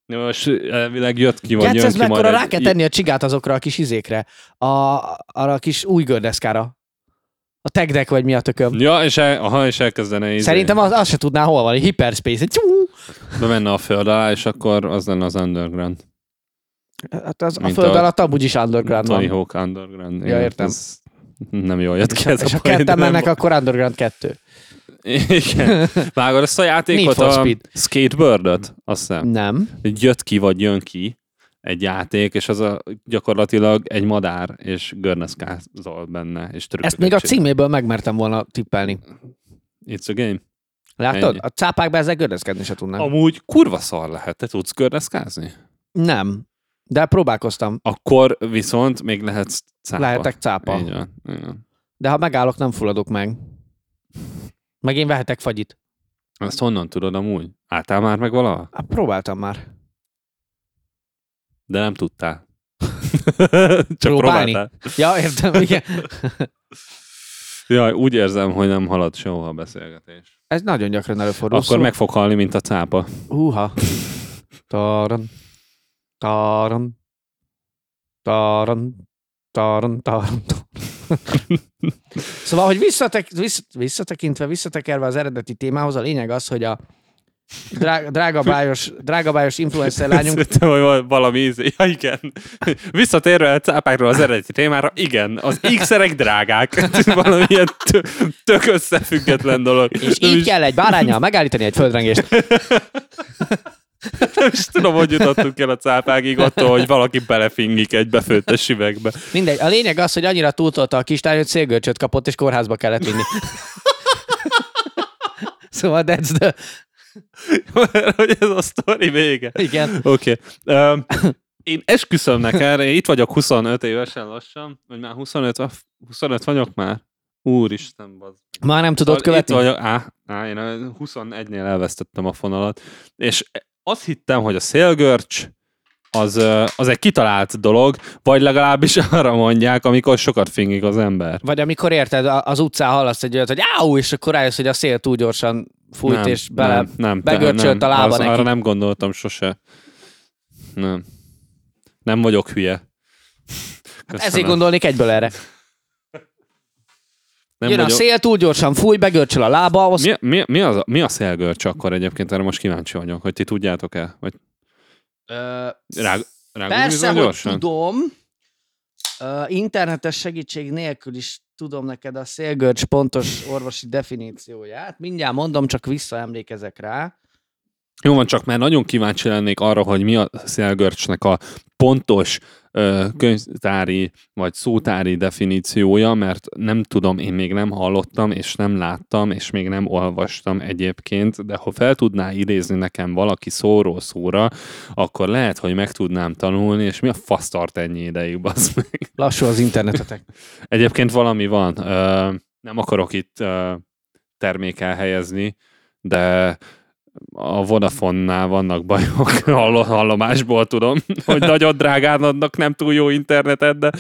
Speaker 1: Most elvileg jött ki, vagy jön
Speaker 2: Kettesz
Speaker 1: ki majd
Speaker 2: mekkora
Speaker 1: egy-
Speaker 2: rá kell tenni a csigát azokra a kis izékre. A, arra a kis új gördeszkára. A tegdek vagy mi a tököm.
Speaker 1: Ja, és, el, aha, és elkezdene izé,
Speaker 2: Szerintem az, az se tudná, hol van. Hyperspace. Tyú!
Speaker 1: bemenne a föld alá, és akkor az lenne az underground.
Speaker 2: Hát az, a
Speaker 1: Mint
Speaker 2: föld
Speaker 1: a-
Speaker 2: alatt amúgy is underground
Speaker 1: Tony
Speaker 2: van.
Speaker 1: Hawk underground.
Speaker 2: Ja,
Speaker 1: Igen,
Speaker 2: értem.
Speaker 1: Ez nem jól jött ki ez
Speaker 2: És
Speaker 1: a
Speaker 2: ha ketten
Speaker 1: poén, de-
Speaker 2: mennek, akkor underground kettő.
Speaker 1: Igen. Vágod ezt a
Speaker 2: Need
Speaker 1: játékot,
Speaker 2: for
Speaker 1: a
Speaker 2: Speed.
Speaker 1: skateboardot, azt hiszem.
Speaker 2: Nem.
Speaker 1: jött ki vagy jön ki egy játék, és az a gyakorlatilag egy madár, és görneszkázol benne, és trükköket
Speaker 2: Ezt még a
Speaker 1: csinál.
Speaker 2: címéből megmertem volna tippelni.
Speaker 1: It's a game.
Speaker 2: Látod?
Speaker 1: Ennyi.
Speaker 2: A cápákba ezzel gördeszkedni se tudnám.
Speaker 1: Amúgy kurva szar lehet, te tudsz görneszkázni?
Speaker 2: Nem. De próbálkoztam.
Speaker 1: Akkor viszont még lehetsz cápa.
Speaker 2: Lehetek cápa.
Speaker 1: Így van. így van.
Speaker 2: De ha megállok, nem fulladok meg. Meg én vehetek fagyit.
Speaker 1: Ezt honnan tudod amúgy? Álltál már meg valaha?
Speaker 2: Hát próbáltam már.
Speaker 1: De nem tudtál. Csak
Speaker 2: Próbálni?
Speaker 1: próbáltál.
Speaker 2: Ja, értem, igen.
Speaker 1: Jaj, úgy érzem, hogy nem halad sehova a beszélgetés.
Speaker 2: Ez nagyon gyakran előfordul.
Speaker 1: Akkor meg fog halni, mint a cápa.
Speaker 2: Húha. Taran. Taran. Taran. Taran. Taran. Szóval, hogy visszatek, vissz, visszatekintve, visszatekerve az eredeti témához, a lényeg az, hogy a drága, drága bájos, drága bájos influencer lányunk
Speaker 1: Szerintem, hogy van valami íz. Ja, igen. Visszatérve a cápákról az eredeti témára, igen, az x-erek drágák. valami ilyen tö- tök összefüggetlen dolog.
Speaker 2: És
Speaker 1: nem,
Speaker 2: így
Speaker 1: is,
Speaker 2: kell egy bárányjal megállítani egy földrengést.
Speaker 1: nem is tudom, hogy jutottunk el a cápákig attól, hogy valaki belefingik egy befőttes üvegbe.
Speaker 2: Mindegy. A lényeg az, hogy annyira túltolta a kislány, hogy szélgörcsöt kapott, és kórházba kellett vinni. szóval that's the...
Speaker 1: Mert hogy ez a sztori vége.
Speaker 2: Igen.
Speaker 1: Oké. Okay. én esküszöm neked, én itt vagyok 25 évesen lassan, vagy már 25, a- 25 vagyok már? Úristen, bazd.
Speaker 2: Már nem tudod
Speaker 1: Szóval
Speaker 2: követni?
Speaker 1: Itt vagyok, á, á, én a 21-nél elvesztettem a fonalat, és azt hittem, hogy a szélgörcs az, ö, az egy kitalált dolog, vagy legalábbis arra mondják, amikor sokat fingik az ember.
Speaker 2: Vagy amikor érted, a- az utcán hallasz egy olyat, hogy áú, és akkor rájössz, hogy a szél túl gyorsan fújt,
Speaker 1: nem,
Speaker 2: és bele...
Speaker 1: nem, nem, te-
Speaker 2: begörcsölt
Speaker 1: nem,
Speaker 2: a lába
Speaker 1: az,
Speaker 2: neki.
Speaker 1: Arra nem gondoltam sose. Nem. Nem vagyok hülye. Köszönöm.
Speaker 2: Hát Ezért gondolnék egyből erre.
Speaker 1: nem
Speaker 2: Jön a
Speaker 1: vagyok-
Speaker 2: szél, túl gyorsan fúj, begörcsöl a lába, az
Speaker 1: Mi, mi, mi, az, mi a szélgörcs akkor egyébként? Erre most kíváncsi vagyok, hogy ti tudjátok-e? Vagy rág, rágunk
Speaker 2: Persze,
Speaker 1: bizony
Speaker 2: hogy
Speaker 1: gyorsan?
Speaker 2: tudom. Ö, internetes segítség nélkül is tudom neked a szélgörcs pontos orvosi definícióját. Mindjárt mondom, csak visszaemlékezek rá.
Speaker 1: Jó van, csak már nagyon kíváncsi lennék arra, hogy mi a szélgörcsnek a pontos ö, könyvtári vagy szótári definíciója, mert nem tudom, én még nem hallottam, és nem láttam, és még nem olvastam egyébként, de ha fel tudná idézni nekem valaki szóról szóra, akkor lehet, hogy meg tudnám tanulni, és mi a fasz tart ennyi ideig, basz meg.
Speaker 2: Lassú az internetetek.
Speaker 1: Egyébként valami van, ö, nem akarok itt ö, termékel helyezni, de a Vodafone-nál vannak bajok, Hall- hallomásból tudom, hogy nagyon drágán adnak nem túl jó internetet, de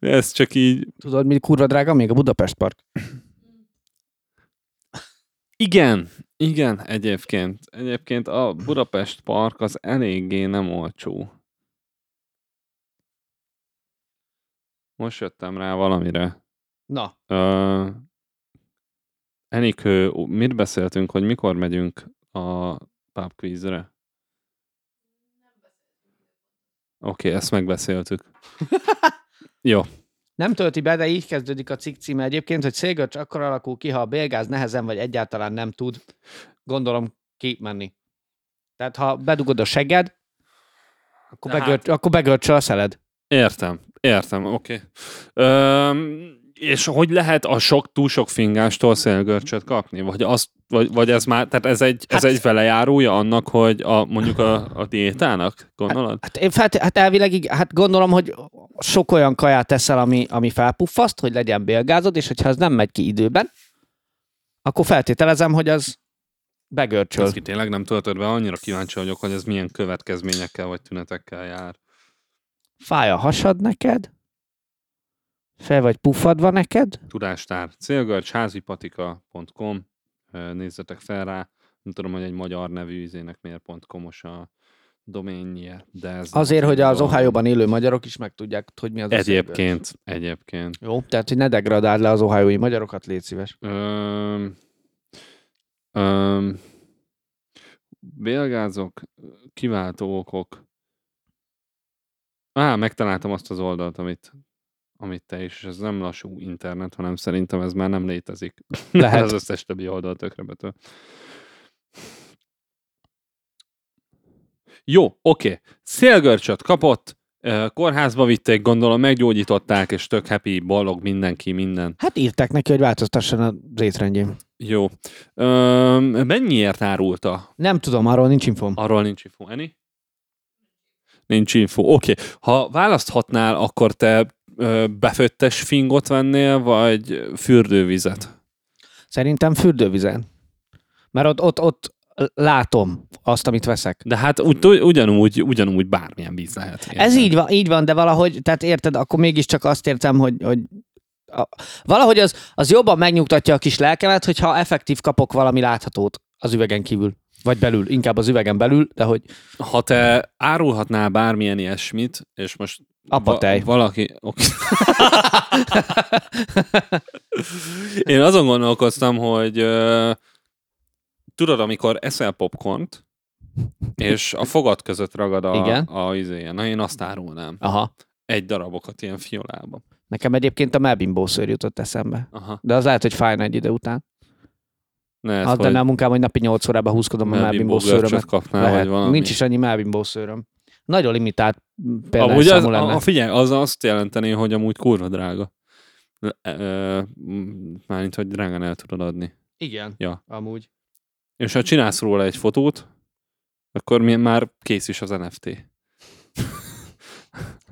Speaker 1: ez csak így
Speaker 2: Tudod, mi kurva drága még a Budapest Park?
Speaker 1: Igen, igen, egyébként. Egyébként a Budapest Park az eléggé nem olcsó. Most jöttem rá valamire.
Speaker 2: Na,
Speaker 1: Ö, Enikő, ó, mit beszéltünk, hogy mikor megyünk a pub quizre? Oké, okay, ezt megbeszéltük. Jó.
Speaker 2: nem tölti be, de így kezdődik a cikk címe egyébként, hogy szélgörcs akkor alakul ki, ha a bélgáz nehezen vagy egyáltalán nem tud, gondolom, kimenni. Tehát ha bedugod a segged, akkor,
Speaker 1: Tehát-
Speaker 2: begörcs, akkor begörcsöl a szeled.
Speaker 1: Értem, értem, oké. Okay. És hogy lehet a sok, túl sok fingástól szélgörcsöt kapni? Vagy, az, vagy, vagy ez már, tehát ez egy, ez
Speaker 2: Hát-
Speaker 1: egy velejárója annak, hogy a, mondjuk a, a diétának, gondolod?
Speaker 2: Hát, én felt, hát elvileg, ig- hát gondolom, hogy sok olyan kaját teszel, ami, ami felpuffaszt, hogy legyen bélgázod, és hogyha ez nem megy ki időben, akkor feltételezem, hogy az begörcsöl.
Speaker 1: Ez ki tényleg nem töltött be, annyira kíváncsi vagyok, hogy ez milyen következményekkel vagy tünetekkel jár.
Speaker 2: Fáj a hasad neked? Fel vagy puffadva neked?
Speaker 1: Tudástár, célgörcs, házipatika.com, Ö, nézzetek fel rá. Nem tudom, hogy egy magyar nevű izének miért pont komos a doménje, de ez nem
Speaker 2: Azért,
Speaker 1: én
Speaker 2: hogy az
Speaker 1: dolgom.
Speaker 2: ohio élő magyarok is meg tudják, hogy mi az a szélgörcs.
Speaker 1: Egyébként, egyébként.
Speaker 2: Jó, tehát, hogy ne degradáld le az ohioi magyarokat, légy szíves.
Speaker 1: Öm, öm, bélgázok, kiváltó okok. Á, megtaláltam azt az oldalt, amit, amit te is, és ez nem lassú internet, hanem szerintem ez már nem létezik.
Speaker 2: Lehet.
Speaker 1: az összes többi oldal tökre betöl. Jó, oké. Okay. Szélgörcsöt kapott, ö, kórházba vitték, gondolom meggyógyították, és tök happy, boldog mindenki, minden
Speaker 2: Hát írták neki, hogy változtasson az étrendjén.
Speaker 1: jó. Öm, mennyiért árulta?
Speaker 2: Nem tudom, arról nincs infom.
Speaker 1: Arról nincs info. Eni? Nincs info. Oké. Okay. Ha választhatnál, akkor te ö, befőttes fingot vennél, vagy fürdővizet?
Speaker 2: Szerintem fürdővizen. Mert ott, ott, ott látom azt, amit veszek.
Speaker 1: De hát úgy, ugyanúgy, ugyanúgy bármilyen víz lehet.
Speaker 2: Ez
Speaker 1: érted?
Speaker 2: így van, így van, de valahogy, tehát érted, akkor mégiscsak azt értem, hogy, hogy a, valahogy az, az jobban megnyugtatja a kis lelkemet, hogyha effektív kapok valami láthatót az üvegen kívül. Vagy belül, inkább az üvegen belül, de hogy
Speaker 1: Ha te árulhatnál bármilyen ilyesmit, és most
Speaker 2: apatej.
Speaker 1: valaki... Okay. Én azon gondolkoztam, hogy ö, tudod, amikor eszel popcornt, és a fogad között ragad a,
Speaker 2: Igen.
Speaker 1: a izéje. Na, én azt árulnám.
Speaker 2: Aha.
Speaker 1: Egy darabokat ilyen fiolába.
Speaker 2: Nekem egyébként a melbimbó szőr jutott eszembe.
Speaker 1: Aha.
Speaker 2: De az lehet, hogy fájna egy idő után.
Speaker 1: Ne,
Speaker 2: Ez az lenne a munkám, hogy napi 8 órában húzkodom a melbimbó szőrömet.
Speaker 1: kapnál,
Speaker 2: Lehet.
Speaker 1: vagy valami.
Speaker 2: Nincs is annyi melbimbó szőröm. Nagyon limitált mm,
Speaker 1: Amúgy
Speaker 2: például
Speaker 1: az,
Speaker 2: lenne.
Speaker 1: a, a, figyelj, az azt jelenteni, hogy amúgy kurva drága. Le- ö, m- Mármint, hogy drágán el tudod adni.
Speaker 2: Igen.
Speaker 1: Ja.
Speaker 2: Amúgy.
Speaker 1: És ha csinálsz róla egy fotót, akkor mi már kész is az NFT.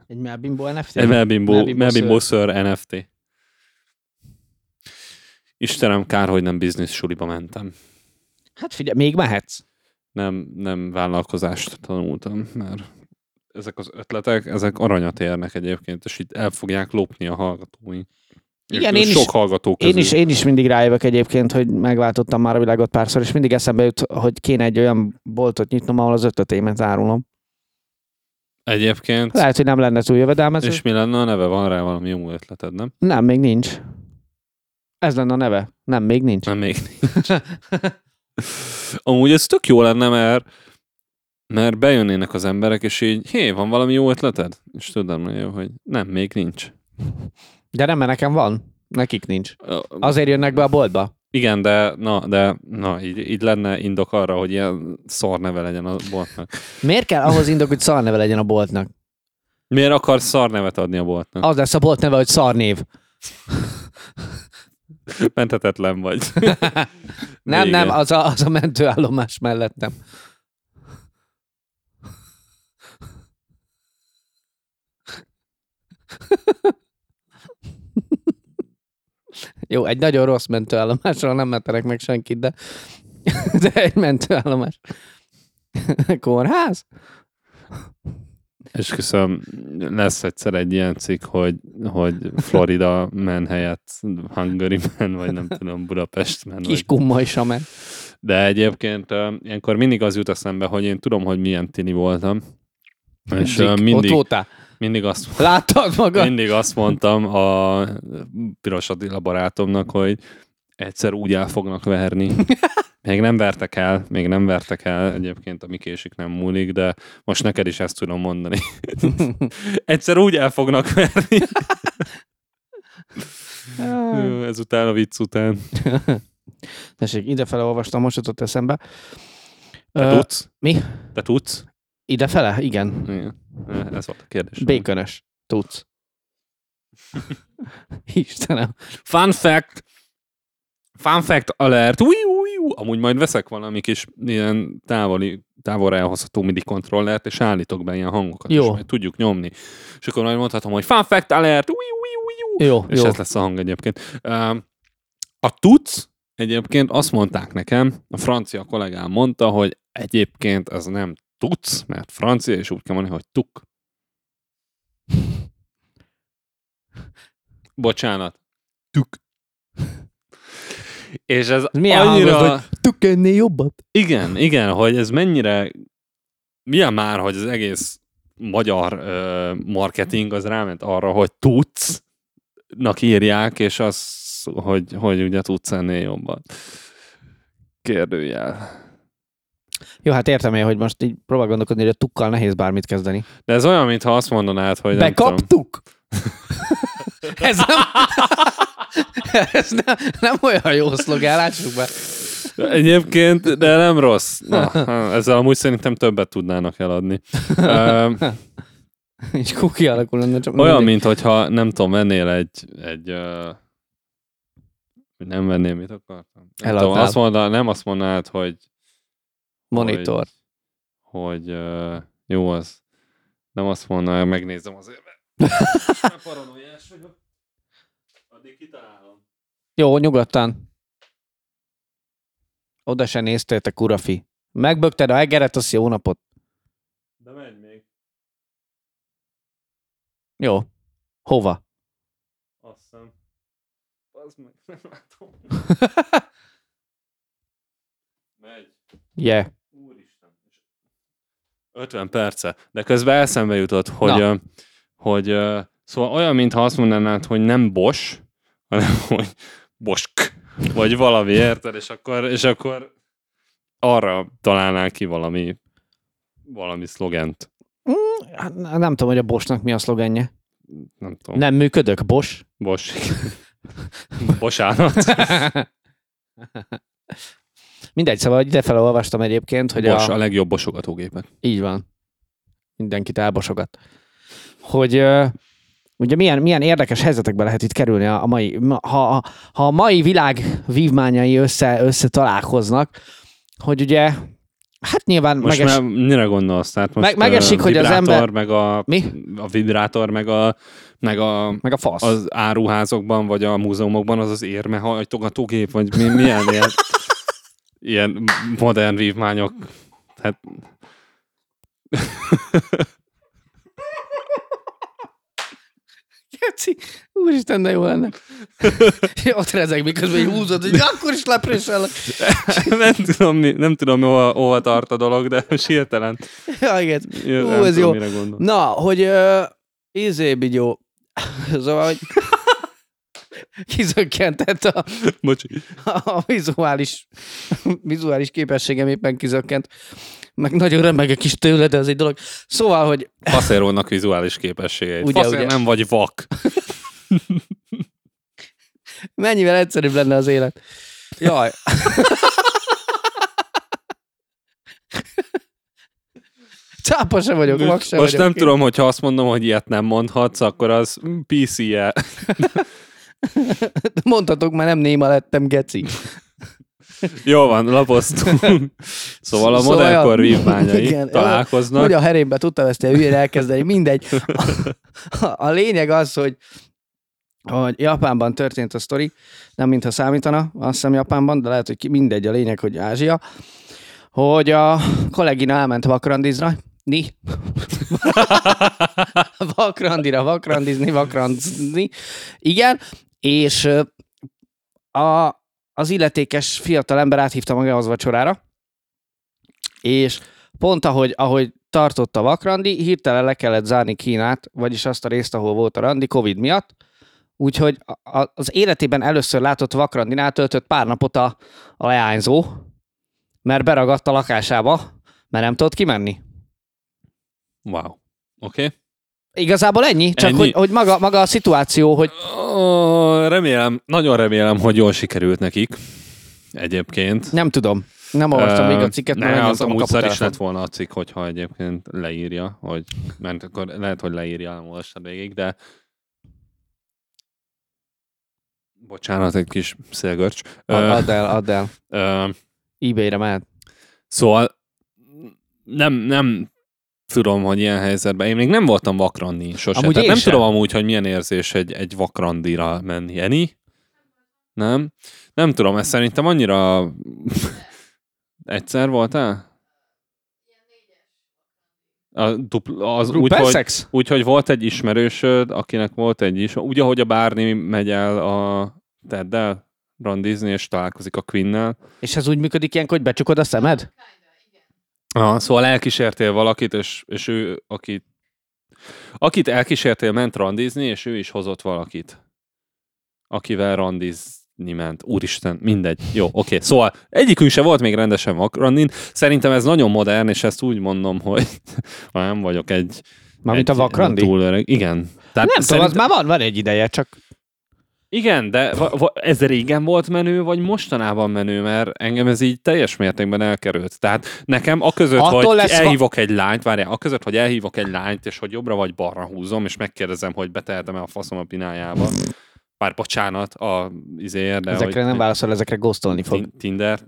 Speaker 2: Egy Melbimbo NFT?
Speaker 1: Egy Melbimbo,
Speaker 2: Melbimbo
Speaker 1: Melbimbo Sir NFT. Istenem, kár, hogy nem biznisz suliba mentem.
Speaker 2: Hát figyelj, még mehetsz.
Speaker 1: Nem, nem vállalkozást tanultam, mert ezek az ötletek, ezek aranyat érnek egyébként, és itt el fogják lopni a hallgatóink.
Speaker 2: Igen,
Speaker 1: Ők
Speaker 2: én is-
Speaker 1: Sok hallgató közül.
Speaker 2: Én is, én is mindig rájövök egyébként, hogy megváltottam már a világot párszor, és mindig eszembe jut, hogy kéne egy olyan boltot nyitnom, ahol az ötletémet árulom.
Speaker 1: Egyébként.
Speaker 2: Lehet, hogy nem lenne túl jövedelmező.
Speaker 1: És mi lenne a neve? Van rá valami jó ötleted, nem?
Speaker 2: Nem, még nincs. Ez lenne a neve. Nem, még nincs.
Speaker 1: Nem, még nincs. Amúgy ez tök jó lenne, mert, mert bejönnének az emberek, és így, hé, van valami jó ötleted? És tudom nagyon, hogy nem, még nincs.
Speaker 2: De nem, mert nekem van. Nekik nincs.
Speaker 1: Ö,
Speaker 2: Azért jönnek be a boltba.
Speaker 1: Igen, de na, de na, így, így lenne indok arra, hogy ilyen szar neve legyen a boltnak.
Speaker 2: Miért kell ahhoz indok, hogy szar neve legyen a boltnak?
Speaker 1: Miért akar szar nevet adni a boltnak?
Speaker 2: Az lesz a bolt neve, hogy szar név.
Speaker 1: Menthetetlen vagy.
Speaker 2: Nem,
Speaker 1: Vége.
Speaker 2: nem, az a, az a mentőállomás mellettem. Jó, egy nagyon rossz mentőállomásról nem mentenek meg senkit, de, de egy mentőállomás. Kórház?
Speaker 1: És köszönöm, lesz egyszer egy ilyen cikk, hogy, hogy Florida men helyett Hungary men, vagy nem tudom, Budapest men.
Speaker 2: Kis
Speaker 1: Vagy.
Speaker 2: kumma is a men.
Speaker 1: De egyébként ö, ilyenkor mindig az jut eszembe, hogy én tudom, hogy milyen tini voltam. És ö,
Speaker 2: Zik, Ott
Speaker 1: mindig,
Speaker 2: voltál.
Speaker 1: mindig azt
Speaker 2: Láttad magad?
Speaker 1: Mindig azt mondtam a Piros Attila barátomnak, hogy egyszer úgy el fognak verni. Még nem vertek el, még nem vertek el, egyébként a mi késik nem múlik, de most neked is ezt tudom mondani. Egyszer úgy el fognak verni.
Speaker 2: Hm.
Speaker 1: Jó, Ezután a vicc után.
Speaker 2: Tessék, idefele olvastam, most jutott eszembe.
Speaker 1: Te
Speaker 2: Ö,
Speaker 1: tudsz?
Speaker 2: mi?
Speaker 1: Te tudsz?
Speaker 2: Idefele? Igen.
Speaker 1: Igen. Ez volt a kérdés.
Speaker 2: Békönös. Tudsz. Istenem.
Speaker 1: Fun fact! Fun fact alert! Új, új, új. Amúgy majd veszek valami kis ilyen távoli, távolra elhozható MIDI kontrollert, és állítok be ilyen hangokat,
Speaker 2: Jó.
Speaker 1: és majd tudjuk nyomni. És akkor majd mondhatom, hogy fun fact alert! Új, új, új, új.
Speaker 2: Jó,
Speaker 1: És
Speaker 2: jó.
Speaker 1: ez lesz a hang egyébként. Ám, A tudsz egyébként azt mondták nekem, a francia kollégám mondta, hogy egyébként ez nem tudsz, mert francia, és úgy kell mondani, hogy tuk. Bocsánat. Tuk. És ez
Speaker 2: Ez milyen
Speaker 1: annyira...
Speaker 2: hangod, hogy tudok ennél jobbat?
Speaker 1: Igen, igen, hogy ez mennyire, milyen már, hogy az egész magyar ö, marketing az ráment arra, hogy tudsz, nak írják, és az, hogy, hogy ugye tudsz ennél jobban. Kérdőjel.
Speaker 2: Jó, hát értem én, hogy most így próbál gondolkodni, hogy a tukkal nehéz bármit kezdeni.
Speaker 1: De ez olyan, mintha azt mondanád, hogy nem tudom.
Speaker 2: Bekaptuk! ez nem... ez nem, nem olyan jó szlogán, lássuk be.
Speaker 1: Egyébként, de nem rossz. Na, ezzel amúgy szerintem többet tudnának eladni. Ö,
Speaker 2: Így kuki alakul lenne. Csak
Speaker 1: Olyan, mint hogyha, nem tudom, vennél egy, egy ö, nem venném, mit akartam? Nem, tudom,
Speaker 2: Eladnál.
Speaker 1: azt mondaná, nem azt mondanád, hogy
Speaker 2: Monitor.
Speaker 1: Hogy, hogy ö, jó az. Nem azt mondaná, megnézem azért. mert paranoiás vagyok. Addig kitalálom.
Speaker 2: Jó, nyugodtan. Oda se néztél, te kurafi. Megbökted a egeret, az jó napot.
Speaker 1: De menj még.
Speaker 2: Jó. Hova?
Speaker 1: Azt hiszem. Az meg nem látom. Megy.
Speaker 2: Yeah.
Speaker 1: Úristen. 50 perce. De közben eszembe jutott, hogy,
Speaker 2: Na.
Speaker 1: ö, hogy ö, szóval olyan, mintha azt mondanád, hogy nem bos, hanem hogy bosk, vagy valami, érted? És akkor, és akkor arra találnál ki valami valami szlogent.
Speaker 2: Hát, nem tudom, hogy a Bosnak mi a szlogenje.
Speaker 1: Nem tudom.
Speaker 2: Nem működök, Bos.
Speaker 1: Bos. Bocsánat.
Speaker 2: Mindegy, szóval idefele olvastam egyébként, hogy
Speaker 1: Bos,
Speaker 2: a...
Speaker 1: a legjobb bosogatógépet.
Speaker 2: Így van. Mindenkit elbosogat. Hogy ö, ugye milyen, milyen érdekes helyzetekbe lehet itt kerülni a, a mai, ma- ha, ha a mai világ vívmányai össze, össze találkoznak, hogy ugye, hát nyilván
Speaker 1: Most
Speaker 2: meges...
Speaker 1: már mire gondolsz? Tehát most
Speaker 2: Meg- megesik,
Speaker 1: ö,
Speaker 2: hogy az
Speaker 1: vibrátor,
Speaker 2: ember-
Speaker 1: Meg a,
Speaker 2: Mi?
Speaker 1: a vibrátor, meg a, meg a
Speaker 2: Meg a fasz.
Speaker 1: az áruházokban, vagy a múzeumokban az az érmehajtogatógép, vagy mi, milyen ilyen, ilyen modern vívmányok. Hát...
Speaker 2: Geci, úristen, de jó lenne. Ott rezeg, miközben így húzod, hogy akkor is leprésel.
Speaker 1: nem tudom, mi- nem tudom hova, hova tart a dolog, de most hirtelen.
Speaker 2: Ja, igen.
Speaker 1: Ú,
Speaker 2: Ú,
Speaker 1: nem
Speaker 2: ez
Speaker 1: tudom,
Speaker 2: jó.
Speaker 1: mire gondol.
Speaker 2: Na, hogy ö, izé, bigyó. Szóval, hogy kizökkentett a,
Speaker 1: Bocsi.
Speaker 2: a vizuális, vizuális képességem éppen kizökkent. Meg nagyon remegek is tőle, de ez egy dolog. Szóval, hogy
Speaker 1: Faszér vannak vizuális képességeit.
Speaker 2: Ugye,
Speaker 1: Ugye, Faszér
Speaker 2: ugye.
Speaker 1: nem vagy vak.
Speaker 2: mennyivel egyszerűbb lenne az élet. Jaj. Cápa sem vagyok, vak
Speaker 1: Most
Speaker 2: sem
Speaker 1: most
Speaker 2: vagyok.
Speaker 1: nem tudom, hogy ha azt mondom, hogy ilyet nem mondhatsz, akkor az E. PC-je.
Speaker 2: Mondhatok, már nem néma lettem, geci.
Speaker 1: Jó van, lapoztunk. Szóval a
Speaker 2: Szóval
Speaker 1: modellkor
Speaker 2: olyan-
Speaker 1: vívmányai
Speaker 2: Igen,
Speaker 1: találkoznak.
Speaker 2: Hogy a herémbe tudtam ezt a hülyén elkezdeni, mindegy. A, a lényeg az, hogy hogy Japánban történt a sztori, nem mintha számítana, azt hiszem Japánban, de lehet, hogy ki, mindegy, a lényeg, hogy Ázsia, hogy a kollégina elment vakrandizra, ni, vakrandira, vakrandizni, vakrandizni, igen, és ö, a, az illetékes fiatalember áthívta magához vacsorára, és pont ahogy, ahogy tartott a vakrandi, hirtelen le kellett zárni Kínát, vagyis azt a részt, ahol volt a randi, Covid miatt, úgyhogy a, a, az életében először látott vakrandinál töltött pár napot a, a leányzó, mert beragadt a lakásába, mert nem tudott kimenni.
Speaker 1: Wow. Oké. Okay.
Speaker 2: Igazából ennyi, csak
Speaker 1: Ennyi?
Speaker 2: Hogy, hogy maga, maga a szituáció, hogy
Speaker 1: Ó, Remélem, nagyon remélem, hogy jól sikerült nekik. Egyébként.
Speaker 2: nem tudom, nem olvastam
Speaker 1: Ö,
Speaker 2: még a cikket, mert
Speaker 1: ne,
Speaker 2: nem
Speaker 1: az
Speaker 2: tudom,
Speaker 1: amúgy
Speaker 2: kapott
Speaker 1: szar is
Speaker 2: telefon.
Speaker 1: lett volna a cikk, hogyha egyébként leírja, hogy, mert akkor lehet, hogy leírja, nem olvastad végig, de bocsánat, egy kis szélgörcs.
Speaker 2: Ad-
Speaker 1: Ö,
Speaker 2: Add el, add el.
Speaker 1: ö,
Speaker 2: ebay-re mehet.
Speaker 1: Szóval nem, nem tudom, hogy ilyen helyzetben. Én még nem voltam vakrandi sose.
Speaker 2: Amúgy
Speaker 1: Amúgy Tehát
Speaker 2: én
Speaker 1: nem
Speaker 2: sem.
Speaker 1: tudom amúgy, hogy milyen érzés egy, egy vakrandira menni. Eni? Nem? Nem tudom, ez szerintem annyira... Egyszer voltál? A dupla, az úgy, hogy,
Speaker 2: szex?
Speaker 1: úgy, hogy volt egy ismerősöd, akinek volt egy is, úgy, ahogy a Bárni megy el a Teddel randizni, és találkozik a Quinnel,
Speaker 2: És ez úgy működik ilyenkor, hogy becsukod a szemed?
Speaker 1: Aha, szóval elkísértél valakit, és, és ő, akit, akit elkísértél, ment randizni, és ő is hozott valakit, akivel randizni ment. Úristen, mindegy. Jó, oké. Okay. Szóval egyikünk se volt még rendesen vakrandin. Szerintem ez nagyon modern, és ezt úgy mondom, hogy ha nem vagyok egy...
Speaker 2: Mármint a
Speaker 1: egy,
Speaker 2: vakrandi?
Speaker 1: Túl öreg. Igen. Tehát
Speaker 2: nem tudom, az
Speaker 1: Hát szerintem-
Speaker 2: már van, van egy ideje, csak
Speaker 1: Igen, de va- va- ez régen volt menő, vagy mostanában menő, mert engem ez így teljes mértékben elkerült. Tehát nekem a között,
Speaker 2: Attól
Speaker 1: hogy
Speaker 2: lesz va-
Speaker 1: elhívok egy lányt, várjál, a között, hogy elhívok egy lányt, és hogy jobbra vagy balra húzom, és megkérdezem, hogy betehetem-e a faszom a pinájába. Pár bocsánat, a izéért, de
Speaker 2: De ezekre
Speaker 1: hogy,
Speaker 2: nem válaszol, ezekre ghostolni fog.
Speaker 1: Tin- Tinder.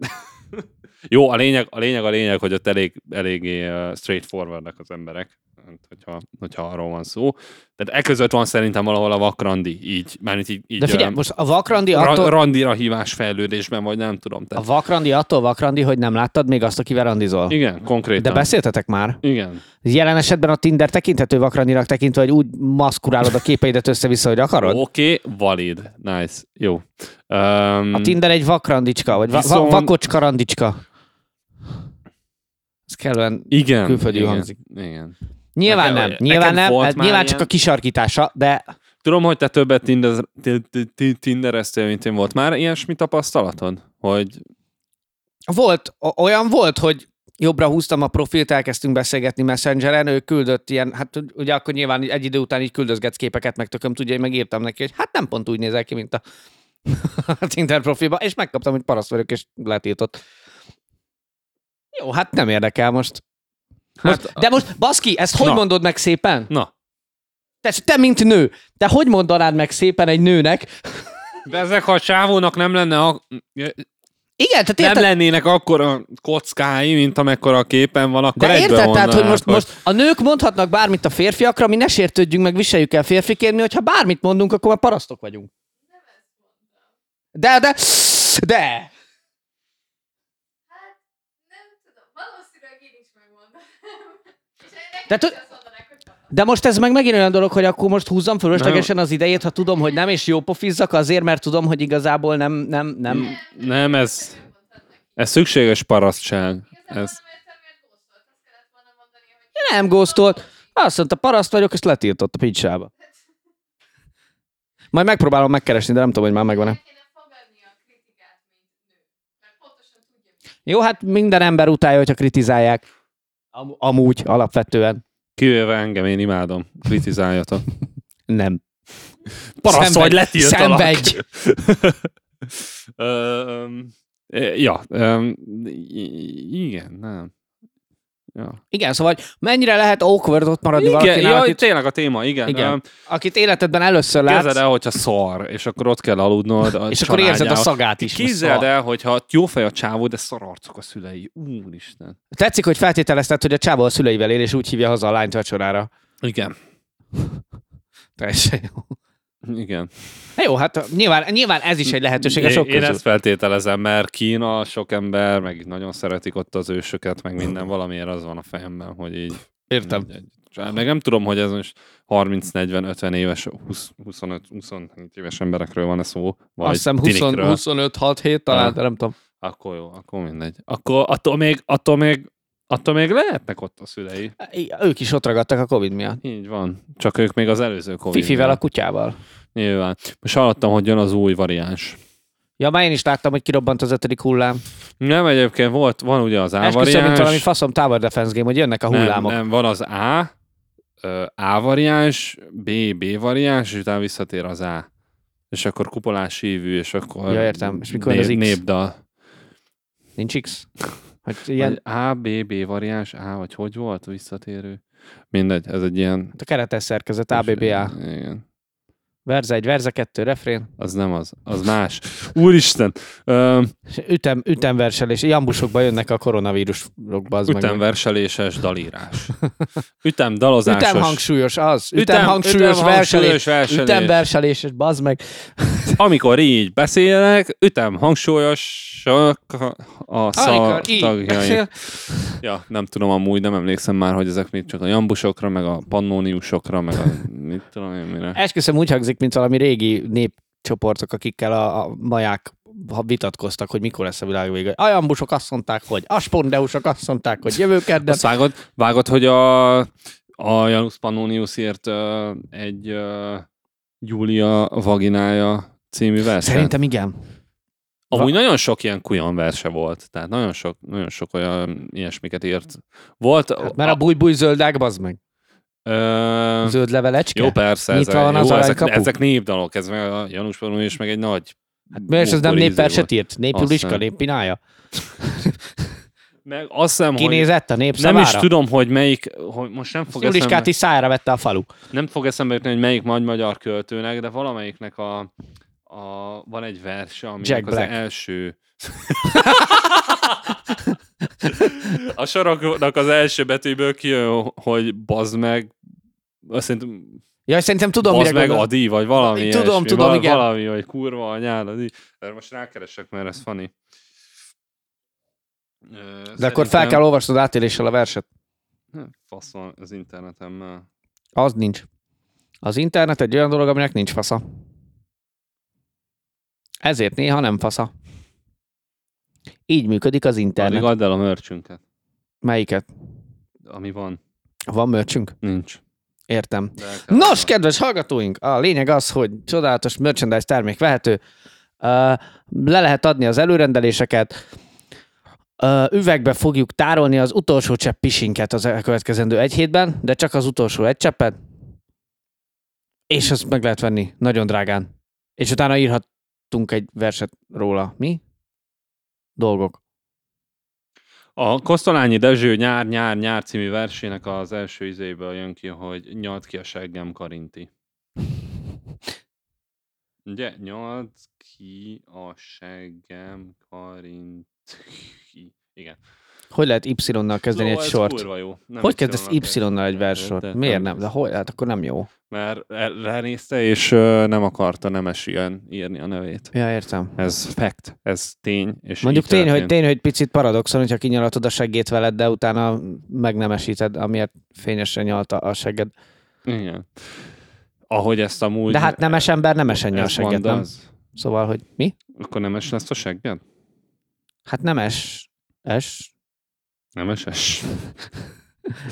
Speaker 1: Jó, a lényeg, a lényeg, a lényeg, hogy ott elég, eléggé uh, straightforwardnak az emberek, hát, hogyha, hogyha arról van szó. Tehát e között van szerintem valahol a vakrandi, így, mármint így, így
Speaker 2: De figyelj,
Speaker 1: um,
Speaker 2: most a vakrandi
Speaker 1: ra-
Speaker 2: attól,
Speaker 1: randira hívás fejlődésben, vagy nem tudom.
Speaker 2: a
Speaker 1: Tehát,
Speaker 2: vakrandi attól vakrandi, hogy nem láttad még azt, akivel randizol.
Speaker 1: igen,
Speaker 2: De
Speaker 1: konkrétan.
Speaker 2: beszéltetek már?
Speaker 1: igen.
Speaker 2: Jelen esetben a Tinder tekinthető vakrandinak tekintve, hogy úgy maszkurálod a képeidet össze-vissza, hogy akarod?
Speaker 1: Oké, okay, valid. Nice. Jó. Um,
Speaker 2: A Tinder egy vakrandicska, vagy va- va-
Speaker 1: Viszont-
Speaker 2: vakocska randicska. Ez kellően...
Speaker 1: igen,
Speaker 2: külföldi
Speaker 1: igen,
Speaker 2: hangzik.
Speaker 1: Igen.
Speaker 2: Nyilván
Speaker 1: Nekem-
Speaker 2: nem, nyilván
Speaker 1: nekem
Speaker 2: nem,
Speaker 1: volt
Speaker 2: hát
Speaker 1: már
Speaker 2: nyilván
Speaker 1: ilyen.
Speaker 2: csak a kisarkítása, de
Speaker 1: Tudom, hogy te többet tinder, ti- ti- ti- tindereztél, mint én volt. Már ilyesmi tapasztalatod? Hogy
Speaker 2: Volt, o- olyan volt, hogy jobbra húztam a profilt, elkezdtünk beszélgetni Messengeren, ő küldött ilyen, hát tud- ugye akkor nyilván így egy idő után így küldözgetsz képeket, meg tököm tudja, én megírtam neki, hogy hát nem pont úgy nézel ki, mint a, a Tinder profilba, és megkaptam, hogy paraszt vagyok, és letiltott. Jó, hát nem érdekel most. most
Speaker 1: Hát-
Speaker 2: de most, baszki, ezt hogy
Speaker 1: Na.
Speaker 2: mondod meg szépen?
Speaker 1: na,
Speaker 2: Te, te, mint nő, te hogy mondanád meg szépen egy nőnek?
Speaker 1: De ezek, ha a csávónak nem lenne a...
Speaker 2: Igen, tehát
Speaker 1: nem
Speaker 2: érted,
Speaker 1: lennének akkora kockái, mint amekkora a képen van, hát, akkor
Speaker 2: De
Speaker 1: egyből
Speaker 2: érted, tehát, hogy
Speaker 1: mondanák,
Speaker 2: most, most a nők mondhatnak bármit a férfiakra, mi ne sértődjünk, meg viseljük el férfiként, mi, hogyha bármit mondunk, akkor már parasztok vagyunk. De, de, de!
Speaker 3: Nem tudom, valószínűleg én is megmondom. És
Speaker 2: De
Speaker 3: nekem de
Speaker 2: tud-
Speaker 3: is azt mondanák, hogy papa.
Speaker 2: De most ez meg megint olyan dolog, hogy akkor most húzzam fölöslegesen az idejét, ha tudom, hogy nem, és jó pofizzak azért, mert tudom, hogy igazából nem, nem, nem.
Speaker 1: Nem, ez, ez szükséges parasztság. Ez,
Speaker 2: Nem góztolt. Azt mondta, paraszt vagyok, és letiltott a picsába. Majd megpróbálom megkeresni, de nem tudom, hogy már megvan-e. Jó, hát minden ember utálja, hogyha kritizálják. Am- amúgy, alapvetően.
Speaker 1: kivéve engem, én imádom. Kritizáljatok.
Speaker 2: Nem.
Speaker 1: Paraszt
Speaker 2: Szenvedj-
Speaker 1: vagy, letiltalak.
Speaker 2: Szenvedj!
Speaker 1: Ö, öm, ö, ja, öm, i- igen, nem. Ja.
Speaker 2: Igen, szóval hogy mennyire lehet awkward ott maradni
Speaker 1: Igen,
Speaker 2: valakinek,
Speaker 1: ja,
Speaker 2: akit,
Speaker 1: tényleg a téma, igen.
Speaker 2: Igen.
Speaker 1: Öm,
Speaker 2: akit életedben először
Speaker 1: Képzeld
Speaker 2: látsz,
Speaker 1: el, hogyha szar, és akkor ott kell aludnod. A
Speaker 2: és akkor érzed a
Speaker 1: családjával.
Speaker 2: szagát is. mert
Speaker 1: Képzeld
Speaker 2: szar.
Speaker 1: el, hogyha jó fej a csávó, de szararcok a szülei. Úristen.
Speaker 2: Tetszik, hogy feltételezted, hogy a csávó a szüleivel él, és úgy hívja haza a lányt vacsorára.
Speaker 1: Igen.
Speaker 2: Teljesen jó.
Speaker 1: Igen.
Speaker 2: Na jó, hát nyilván, nyilván ez is egy lehetőség a
Speaker 1: Én,
Speaker 2: sok
Speaker 1: én
Speaker 2: közül.
Speaker 1: ezt feltételezem, mert Kína, sok ember, meg nagyon szeretik ott az ősöket, meg minden, valamiért az van a fejemben, hogy így
Speaker 2: Értem.
Speaker 1: Egy- egy- Meg nem tudom, hogy ez most 30-40-50 éves, 20, 25 27 éves emberekről van-e szó, vagy
Speaker 2: Azt hiszem 20,
Speaker 1: tinikről.
Speaker 2: 25, 6, 7 talán,
Speaker 1: Ah.
Speaker 2: de nem tudom.
Speaker 1: Akkor jó, akkor mindegy. Akkor attól még, attól még, attól még lehetnek ott a szülei.
Speaker 2: I- Ők is ott ragadtak a Covid miatt.
Speaker 1: Így van. Csak ők még az előző covid
Speaker 2: Fifivel a kutyával.
Speaker 1: Nyilván. Most hallottam, hogy jön az új variáns.
Speaker 2: Ja, már én is láttam, hogy kirobbant az ötödik hullám.
Speaker 1: Nem, egyébként volt, van ugye az A
Speaker 2: Esküszöm, mint
Speaker 1: variáns.
Speaker 2: valami faszom Tower Defense Game, hogy jönnek a
Speaker 1: nem,
Speaker 2: hullámok.
Speaker 1: nem, van az A, ö, A variáns, B, B variáns, és utána visszatér az A. És akkor kupolás hívű, és akkor
Speaker 2: Ja, értem. És mikor jön
Speaker 1: nép,
Speaker 2: az X?
Speaker 1: népdal.
Speaker 2: Nincs X? Hogy ilyen,
Speaker 1: Ilyen... A, B, B variáns, A, vagy hogy volt a visszatérő? Mindegy, ez egy ilyen...
Speaker 2: hát a keretes szerkezet, ABBA.
Speaker 1: Igen.
Speaker 2: Verze egy, verze kettő, refrén.
Speaker 1: Az nem az, az más. Úristen, ö,
Speaker 2: És Ütem, ütemverselés. Jambusokba jönnek a koronavírusokba. Az meg.
Speaker 1: ütemverseléses dalírás. Ütemdalozásos.
Speaker 2: Ütemhangsúlyos az.
Speaker 1: Ütem-
Speaker 2: Ütemhangsúlyos verselés.
Speaker 1: ütemhangsúlyos verselés.
Speaker 2: Ütemverselés, és bazd meg.
Speaker 1: Amikor így beszélnek, ütem hangsúlyosak a szar
Speaker 2: Amikor így
Speaker 1: tagjai.
Speaker 2: beszél-
Speaker 1: Ja, nem tudom amúgy, nem emlékszem már, hogy ezek mit csak a jambusokra, meg a pannóniusokra, meg a mit tudom én mire.
Speaker 2: Esküszöm úgy hangzik, mint valami régi népcsoportok, akikkel a, a maják ha vitatkoztak, hogy mikor lesz a világ vége. A jambusok azt mondták, hogy a spondeusok azt mondták, hogy jövő kedden.
Speaker 1: Azt vágod, vágod, hogy a, a Janus Pannoniusért ö, egy ö, Júlia Vaginája című verset?
Speaker 2: Szerintem igen.
Speaker 1: Amúgy nagyon sok ilyen kujon verse volt, tehát nagyon sok, nagyon sok olyan ilyesmiket írt. Volt...
Speaker 2: Hát, mert a búj-búj zöldák, bazd meg.
Speaker 1: ö,
Speaker 2: Zöld levelecske.
Speaker 1: Hm. Jó, persze, ez,
Speaker 2: Nyitva van az
Speaker 1: jó, ezek,
Speaker 2: aranykapu?
Speaker 1: ezek népdalok, ez meg a Janus Pannonius is meg egy nagy... Hát
Speaker 2: Miért és ez nem népverset írt? Népjuliska,
Speaker 1: Aztán.
Speaker 2: néppinája.
Speaker 1: Meg azt hiszem, hogy
Speaker 2: Kinézett a nép
Speaker 1: nem is
Speaker 2: szavára.
Speaker 1: tudom, hogy melyik, hogy most nem fog, eszembe,
Speaker 2: Juliskát is szájára vette a falu.
Speaker 1: nem fog eszembe jutni, hogy melyik nagy magyar költőnek, de valamelyiknek a, a van egy verse, aminek
Speaker 2: Jack
Speaker 1: az
Speaker 2: Black.
Speaker 1: első... a soroknak az első betűből kijön, hogy bazd meg, azt hiszem,
Speaker 2: Jaj, szerintem tudom,
Speaker 1: Tudom, az meg
Speaker 2: gondolsz.
Speaker 1: Adi, vagy valami
Speaker 2: Tudom,
Speaker 1: ilyesmi,
Speaker 2: tudom,
Speaker 1: val-
Speaker 2: igen.
Speaker 1: Valami, hogy kurva anyád, Adi. Erre most rákeresek, mert ez funny. Ö,
Speaker 2: De akkor fel
Speaker 1: szerintem-
Speaker 2: kell olvasnod átéléssel a verset.
Speaker 1: Hm, Fasz van az internetemmel.
Speaker 2: Az nincs. Az internet egy olyan dolog, aminek nincs fasza. Ezért néha nem fasza. Így működik az
Speaker 1: Addig
Speaker 2: internet.
Speaker 1: add el a mörcsünket,
Speaker 2: Melyiket?
Speaker 1: ami van.
Speaker 2: Van mörcsünk?
Speaker 1: Nincs.
Speaker 2: Értem.
Speaker 1: De el kell
Speaker 2: Nos,
Speaker 1: adnom.
Speaker 2: kedves hallgatóink! A lényeg az, hogy csodálatos merchandise termék vehető. Ö, Le lehet adni az előrendeléseket. Ö, Üvegbe fogjuk tárolni az utolsó csepp pisinket az elkövetkezendő egy hétben, de csak az utolsó egy cseppet. És azt meg lehet venni nagyon drágán. És utána írhatunk egy verset róla. Mi? Dolgok.
Speaker 1: A Kosztolányi Dezső Nyár, Nyár, Nyár című versének az első izéből jön ki, hogy nyalt ki a seggem Karinti. Ugye? Nyalt ki a seggem Karinti. Igen. Szóval
Speaker 2: Hogy lehet Y-nal kezdeni egy
Speaker 1: ez
Speaker 2: sort?
Speaker 1: Kurva jó. Nem
Speaker 2: Hogy kezdesz
Speaker 1: Y-nal
Speaker 2: Y-nal egy
Speaker 1: kezdeni.
Speaker 2: versort?
Speaker 1: Tehát
Speaker 2: Miért nem? De
Speaker 1: kezd.
Speaker 2: hogy? Hát akkor nem jó.
Speaker 1: Mert el- ránézte, és ö, nem akarta nemes ilyen írni a nevét.
Speaker 2: Ja, értem.
Speaker 1: Ez fact, ez tény. És
Speaker 2: Mondjuk
Speaker 1: így
Speaker 2: tény hogy,
Speaker 1: történt.
Speaker 2: tény, hogy picit paradoxon, hogyha kinyalatod a seggét veled, de utána megnemesíted, amiért fényesen nyalta a segged.
Speaker 1: Igen. Ahogy ezt amúgy...
Speaker 2: De hát nemes ember nem esenje a
Speaker 1: e- ezt
Speaker 2: segget, nem?
Speaker 1: mondasz,
Speaker 2: Szóval, hogy mi?
Speaker 1: Akkor nemes lesz a segged?
Speaker 2: Hát nemes. Es.
Speaker 1: Nemeses?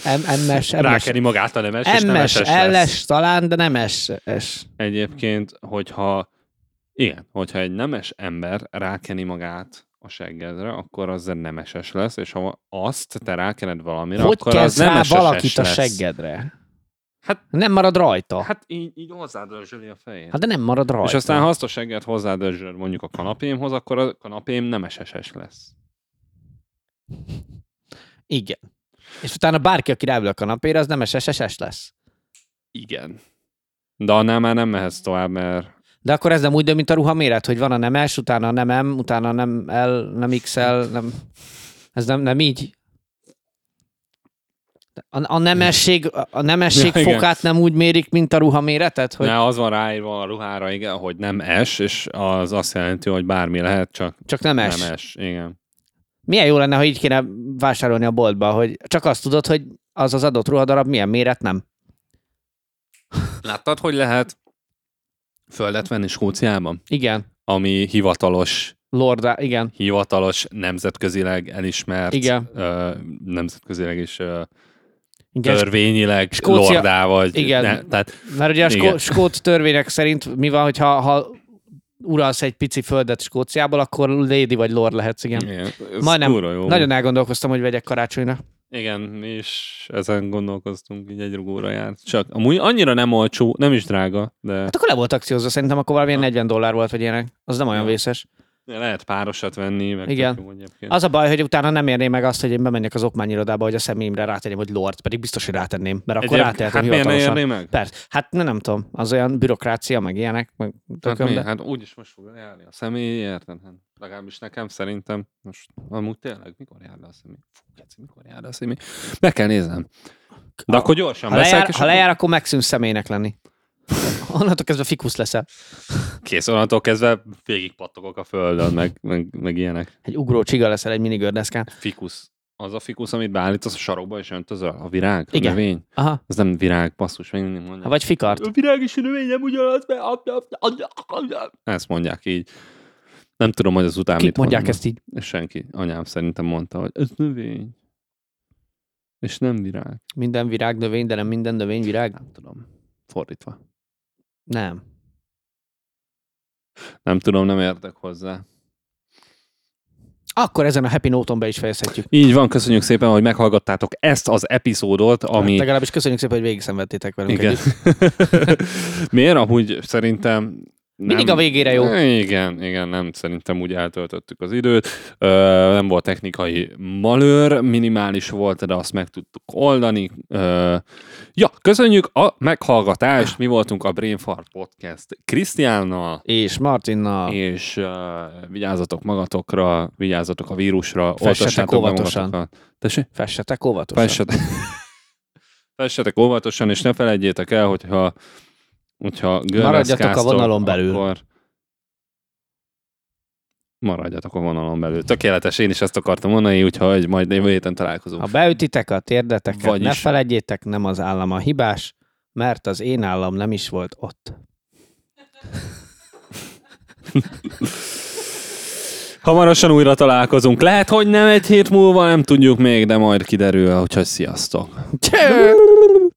Speaker 2: Em, emmes, emmes.
Speaker 1: Rákeri magát a nemes, és
Speaker 2: Emmes,
Speaker 1: nemeses lesz.
Speaker 2: elles talán, de nemes. Es.
Speaker 1: Egyébként, hogyha igen, hogyha egy nemes ember rákeni magát a seggedre, akkor az nemeses lesz, és ha azt te rákened valamire,
Speaker 2: Hogy
Speaker 1: akkor az
Speaker 2: kezd rá
Speaker 1: nemeses
Speaker 2: valakit a
Speaker 1: lesz.
Speaker 2: seggedre?
Speaker 1: Hát-
Speaker 2: nem marad rajta. Hát,
Speaker 1: Hát így, így hozzádörzsöli a fejét.
Speaker 2: de nem marad rajta.
Speaker 1: és aztán, ha azt a segget hozzádörzsöl mondjuk a kanapémhoz, akkor a kanapém nemeseses lesz.
Speaker 2: Igen. És utána bárki, aki ráül a kanapéra, az nem SSS lesz.
Speaker 1: Igen. De annál már nem mehetsz tovább, mert
Speaker 2: De akkor ez nem úgy, de mint a ruha méret, hogy van a nem S, utána nem M, utána nem L, nem XL, nem... Ez nem, nem így? A, a nemesség, a nemesség
Speaker 1: Ja,
Speaker 2: ja,
Speaker 1: igen.
Speaker 2: fokát nem úgy mérik, mint a ruha méretet? Hogy
Speaker 1: hogy... az van ráírva a ruhára, igen, hogy nem S, és az azt jelenti, hogy bármi lehet, csak
Speaker 2: Csak nem S.
Speaker 1: nem S. Igen.
Speaker 2: Milyen jó lenne, ha így kéne vásárolni a boltba, hogy csak azt tudod, hogy az az adott ruhadarab milyen méret nem.
Speaker 1: Láttad, hogy lehet földet venni Skóciában?
Speaker 2: Igen.
Speaker 1: Ami hivatalos,
Speaker 2: Lorda, igen.
Speaker 1: hivatalos, nemzetközileg elismert,
Speaker 2: Igen.
Speaker 1: Ö, nemzetközileg és ö,
Speaker 2: igen.
Speaker 1: törvényileg
Speaker 2: Skócia-
Speaker 1: lordá vagy.
Speaker 2: Igen.
Speaker 1: Ne, tehát
Speaker 2: Mert ugye a
Speaker 1: Igen.
Speaker 2: skó- skót törvények szerint mi van, hogyha ha uralsz egy pici földet Skóciából, akkor lady vagy lord lehetsz, igen. igen.
Speaker 1: igen, ez
Speaker 2: Majdnem.
Speaker 1: kurva jó.
Speaker 2: Nagyon elgondolkoztam, hogy vegyek karácsonyra.
Speaker 1: Igen, és ezen gondolkoztunk, így egy rugóra jár. Csak amúgy annyira nem olcsó, nem is drága, de
Speaker 2: Hát akkor le volt akciózva, szerintem akkor valamilyen 40 dollár volt, vagy ilyenek. Az nem olyan
Speaker 1: Ja.
Speaker 2: vészes.
Speaker 1: lehet párosat venni. Meg
Speaker 2: Igen.
Speaker 1: tök jó egyébként.
Speaker 2: Az a baj, hogy utána nem érné meg azt, hogy én bemegyek az okmányirodába, hogy a személyemre rátenném, hogy lord, pedig biztos, hogy rátenném, mert akkor
Speaker 1: Egyéb-
Speaker 2: rátehetem
Speaker 1: hát miért ne
Speaker 2: hivatalosan.
Speaker 1: érné meg?
Speaker 2: Persze. Hát ne, nem tudom, az olyan bürokrácia, meg ilyenek, meg
Speaker 1: Hát,
Speaker 2: tököm,
Speaker 1: miért?
Speaker 2: de...
Speaker 1: hát úgyis most fog járni a személy, érted? Hát, legalábbis nekem szerintem. Most amúgy tényleg, mikor jár le a személy? Fú, keci, mikor jár le a személy? Meg kell néznem. De
Speaker 2: Ha-
Speaker 1: akkor gyorsan
Speaker 2: Ha
Speaker 1: beszélek,
Speaker 2: lejár,
Speaker 1: és
Speaker 2: ha
Speaker 1: akkor-
Speaker 2: lejár, akkor megszűnsz személynek lenni. Onnantól kezdve fikusz leszel.
Speaker 1: Kész, onnantól kezdve végig pattogok a földön, meg, meg, meg ilyenek.
Speaker 2: Egy ugró csiga leszel egy minigördeszkán.
Speaker 1: Fikusz. Az a fikusz, amit beállítasz a sarokba és öntözöl, a virág, a
Speaker 2: Igen.
Speaker 1: növény.
Speaker 2: Aha.
Speaker 1: Az nem virág, basszus, még mindig mondják.
Speaker 2: Ha Vagy fikart.
Speaker 1: A virág és a növény nem ugyanaz, mert... ap- ap- ap- ap- ap- Ezt mondják így. Nem tudom, hogy az után
Speaker 2: Kik mondják
Speaker 1: mondanak.
Speaker 2: ezt így?
Speaker 1: És senki. Anyám szerintem mondta, hogy ez növény. És nem virág.
Speaker 2: Minden virág növény, de nem minden növény virág?
Speaker 1: Nem tudom. Fordítva.
Speaker 2: Nem.
Speaker 1: Nem tudom, nem értek hozzá.
Speaker 2: Akkor ezen a happy noton be is fejezhetjük.
Speaker 1: Így van, köszönjük szépen, hogy meghallgattátok ezt az epizódot, ami
Speaker 2: Hát legalábbis köszönjük szépen, hogy végig szenvedtétek velünk
Speaker 1: Igen.
Speaker 2: együtt.
Speaker 1: Miért? Amúgy szerintem nem...
Speaker 2: Mindig a végére jó.
Speaker 1: Igen, igen, nem, szerintem úgy eltöltöttük az időt. Ö, nem volt technikai malőr, minimális volt, de azt meg tudtuk oldani. Ö, ja, köszönjük a meghallgatást, mi voltunk a Brain Fart Podcast Krisztiánnal,
Speaker 2: És Martinnal.
Speaker 1: és ö, vigyázzatok magatokra, vigyázzatok a vírusra,
Speaker 2: Fessetek
Speaker 1: oltassátok be
Speaker 2: óvatosan.
Speaker 1: magatokat. Tessék?
Speaker 2: Fessetek óvatosan.
Speaker 1: Fessetek, fessetek óvatosan, és ne felejtjétek el, hogyha, hogyha görveszkáztok,
Speaker 2: a vonalon belül.
Speaker 1: Akkor maradjatok a vonalon belül. Tökéletes, én is ezt akartam mondani, úgyhogy majd jövő héten találkozunk.
Speaker 2: Ha beütitek a térdeteket,
Speaker 1: Vagyis.
Speaker 2: ne felejtjétek, nem az állam a hibás, mert az én állam nem is volt ott.
Speaker 1: Hamarosan újra találkozunk. Lehet, hogy nem egy hét múlva, nem tudjuk még, de majd kiderül, úgyhogy sziasztok.
Speaker 2: Cső!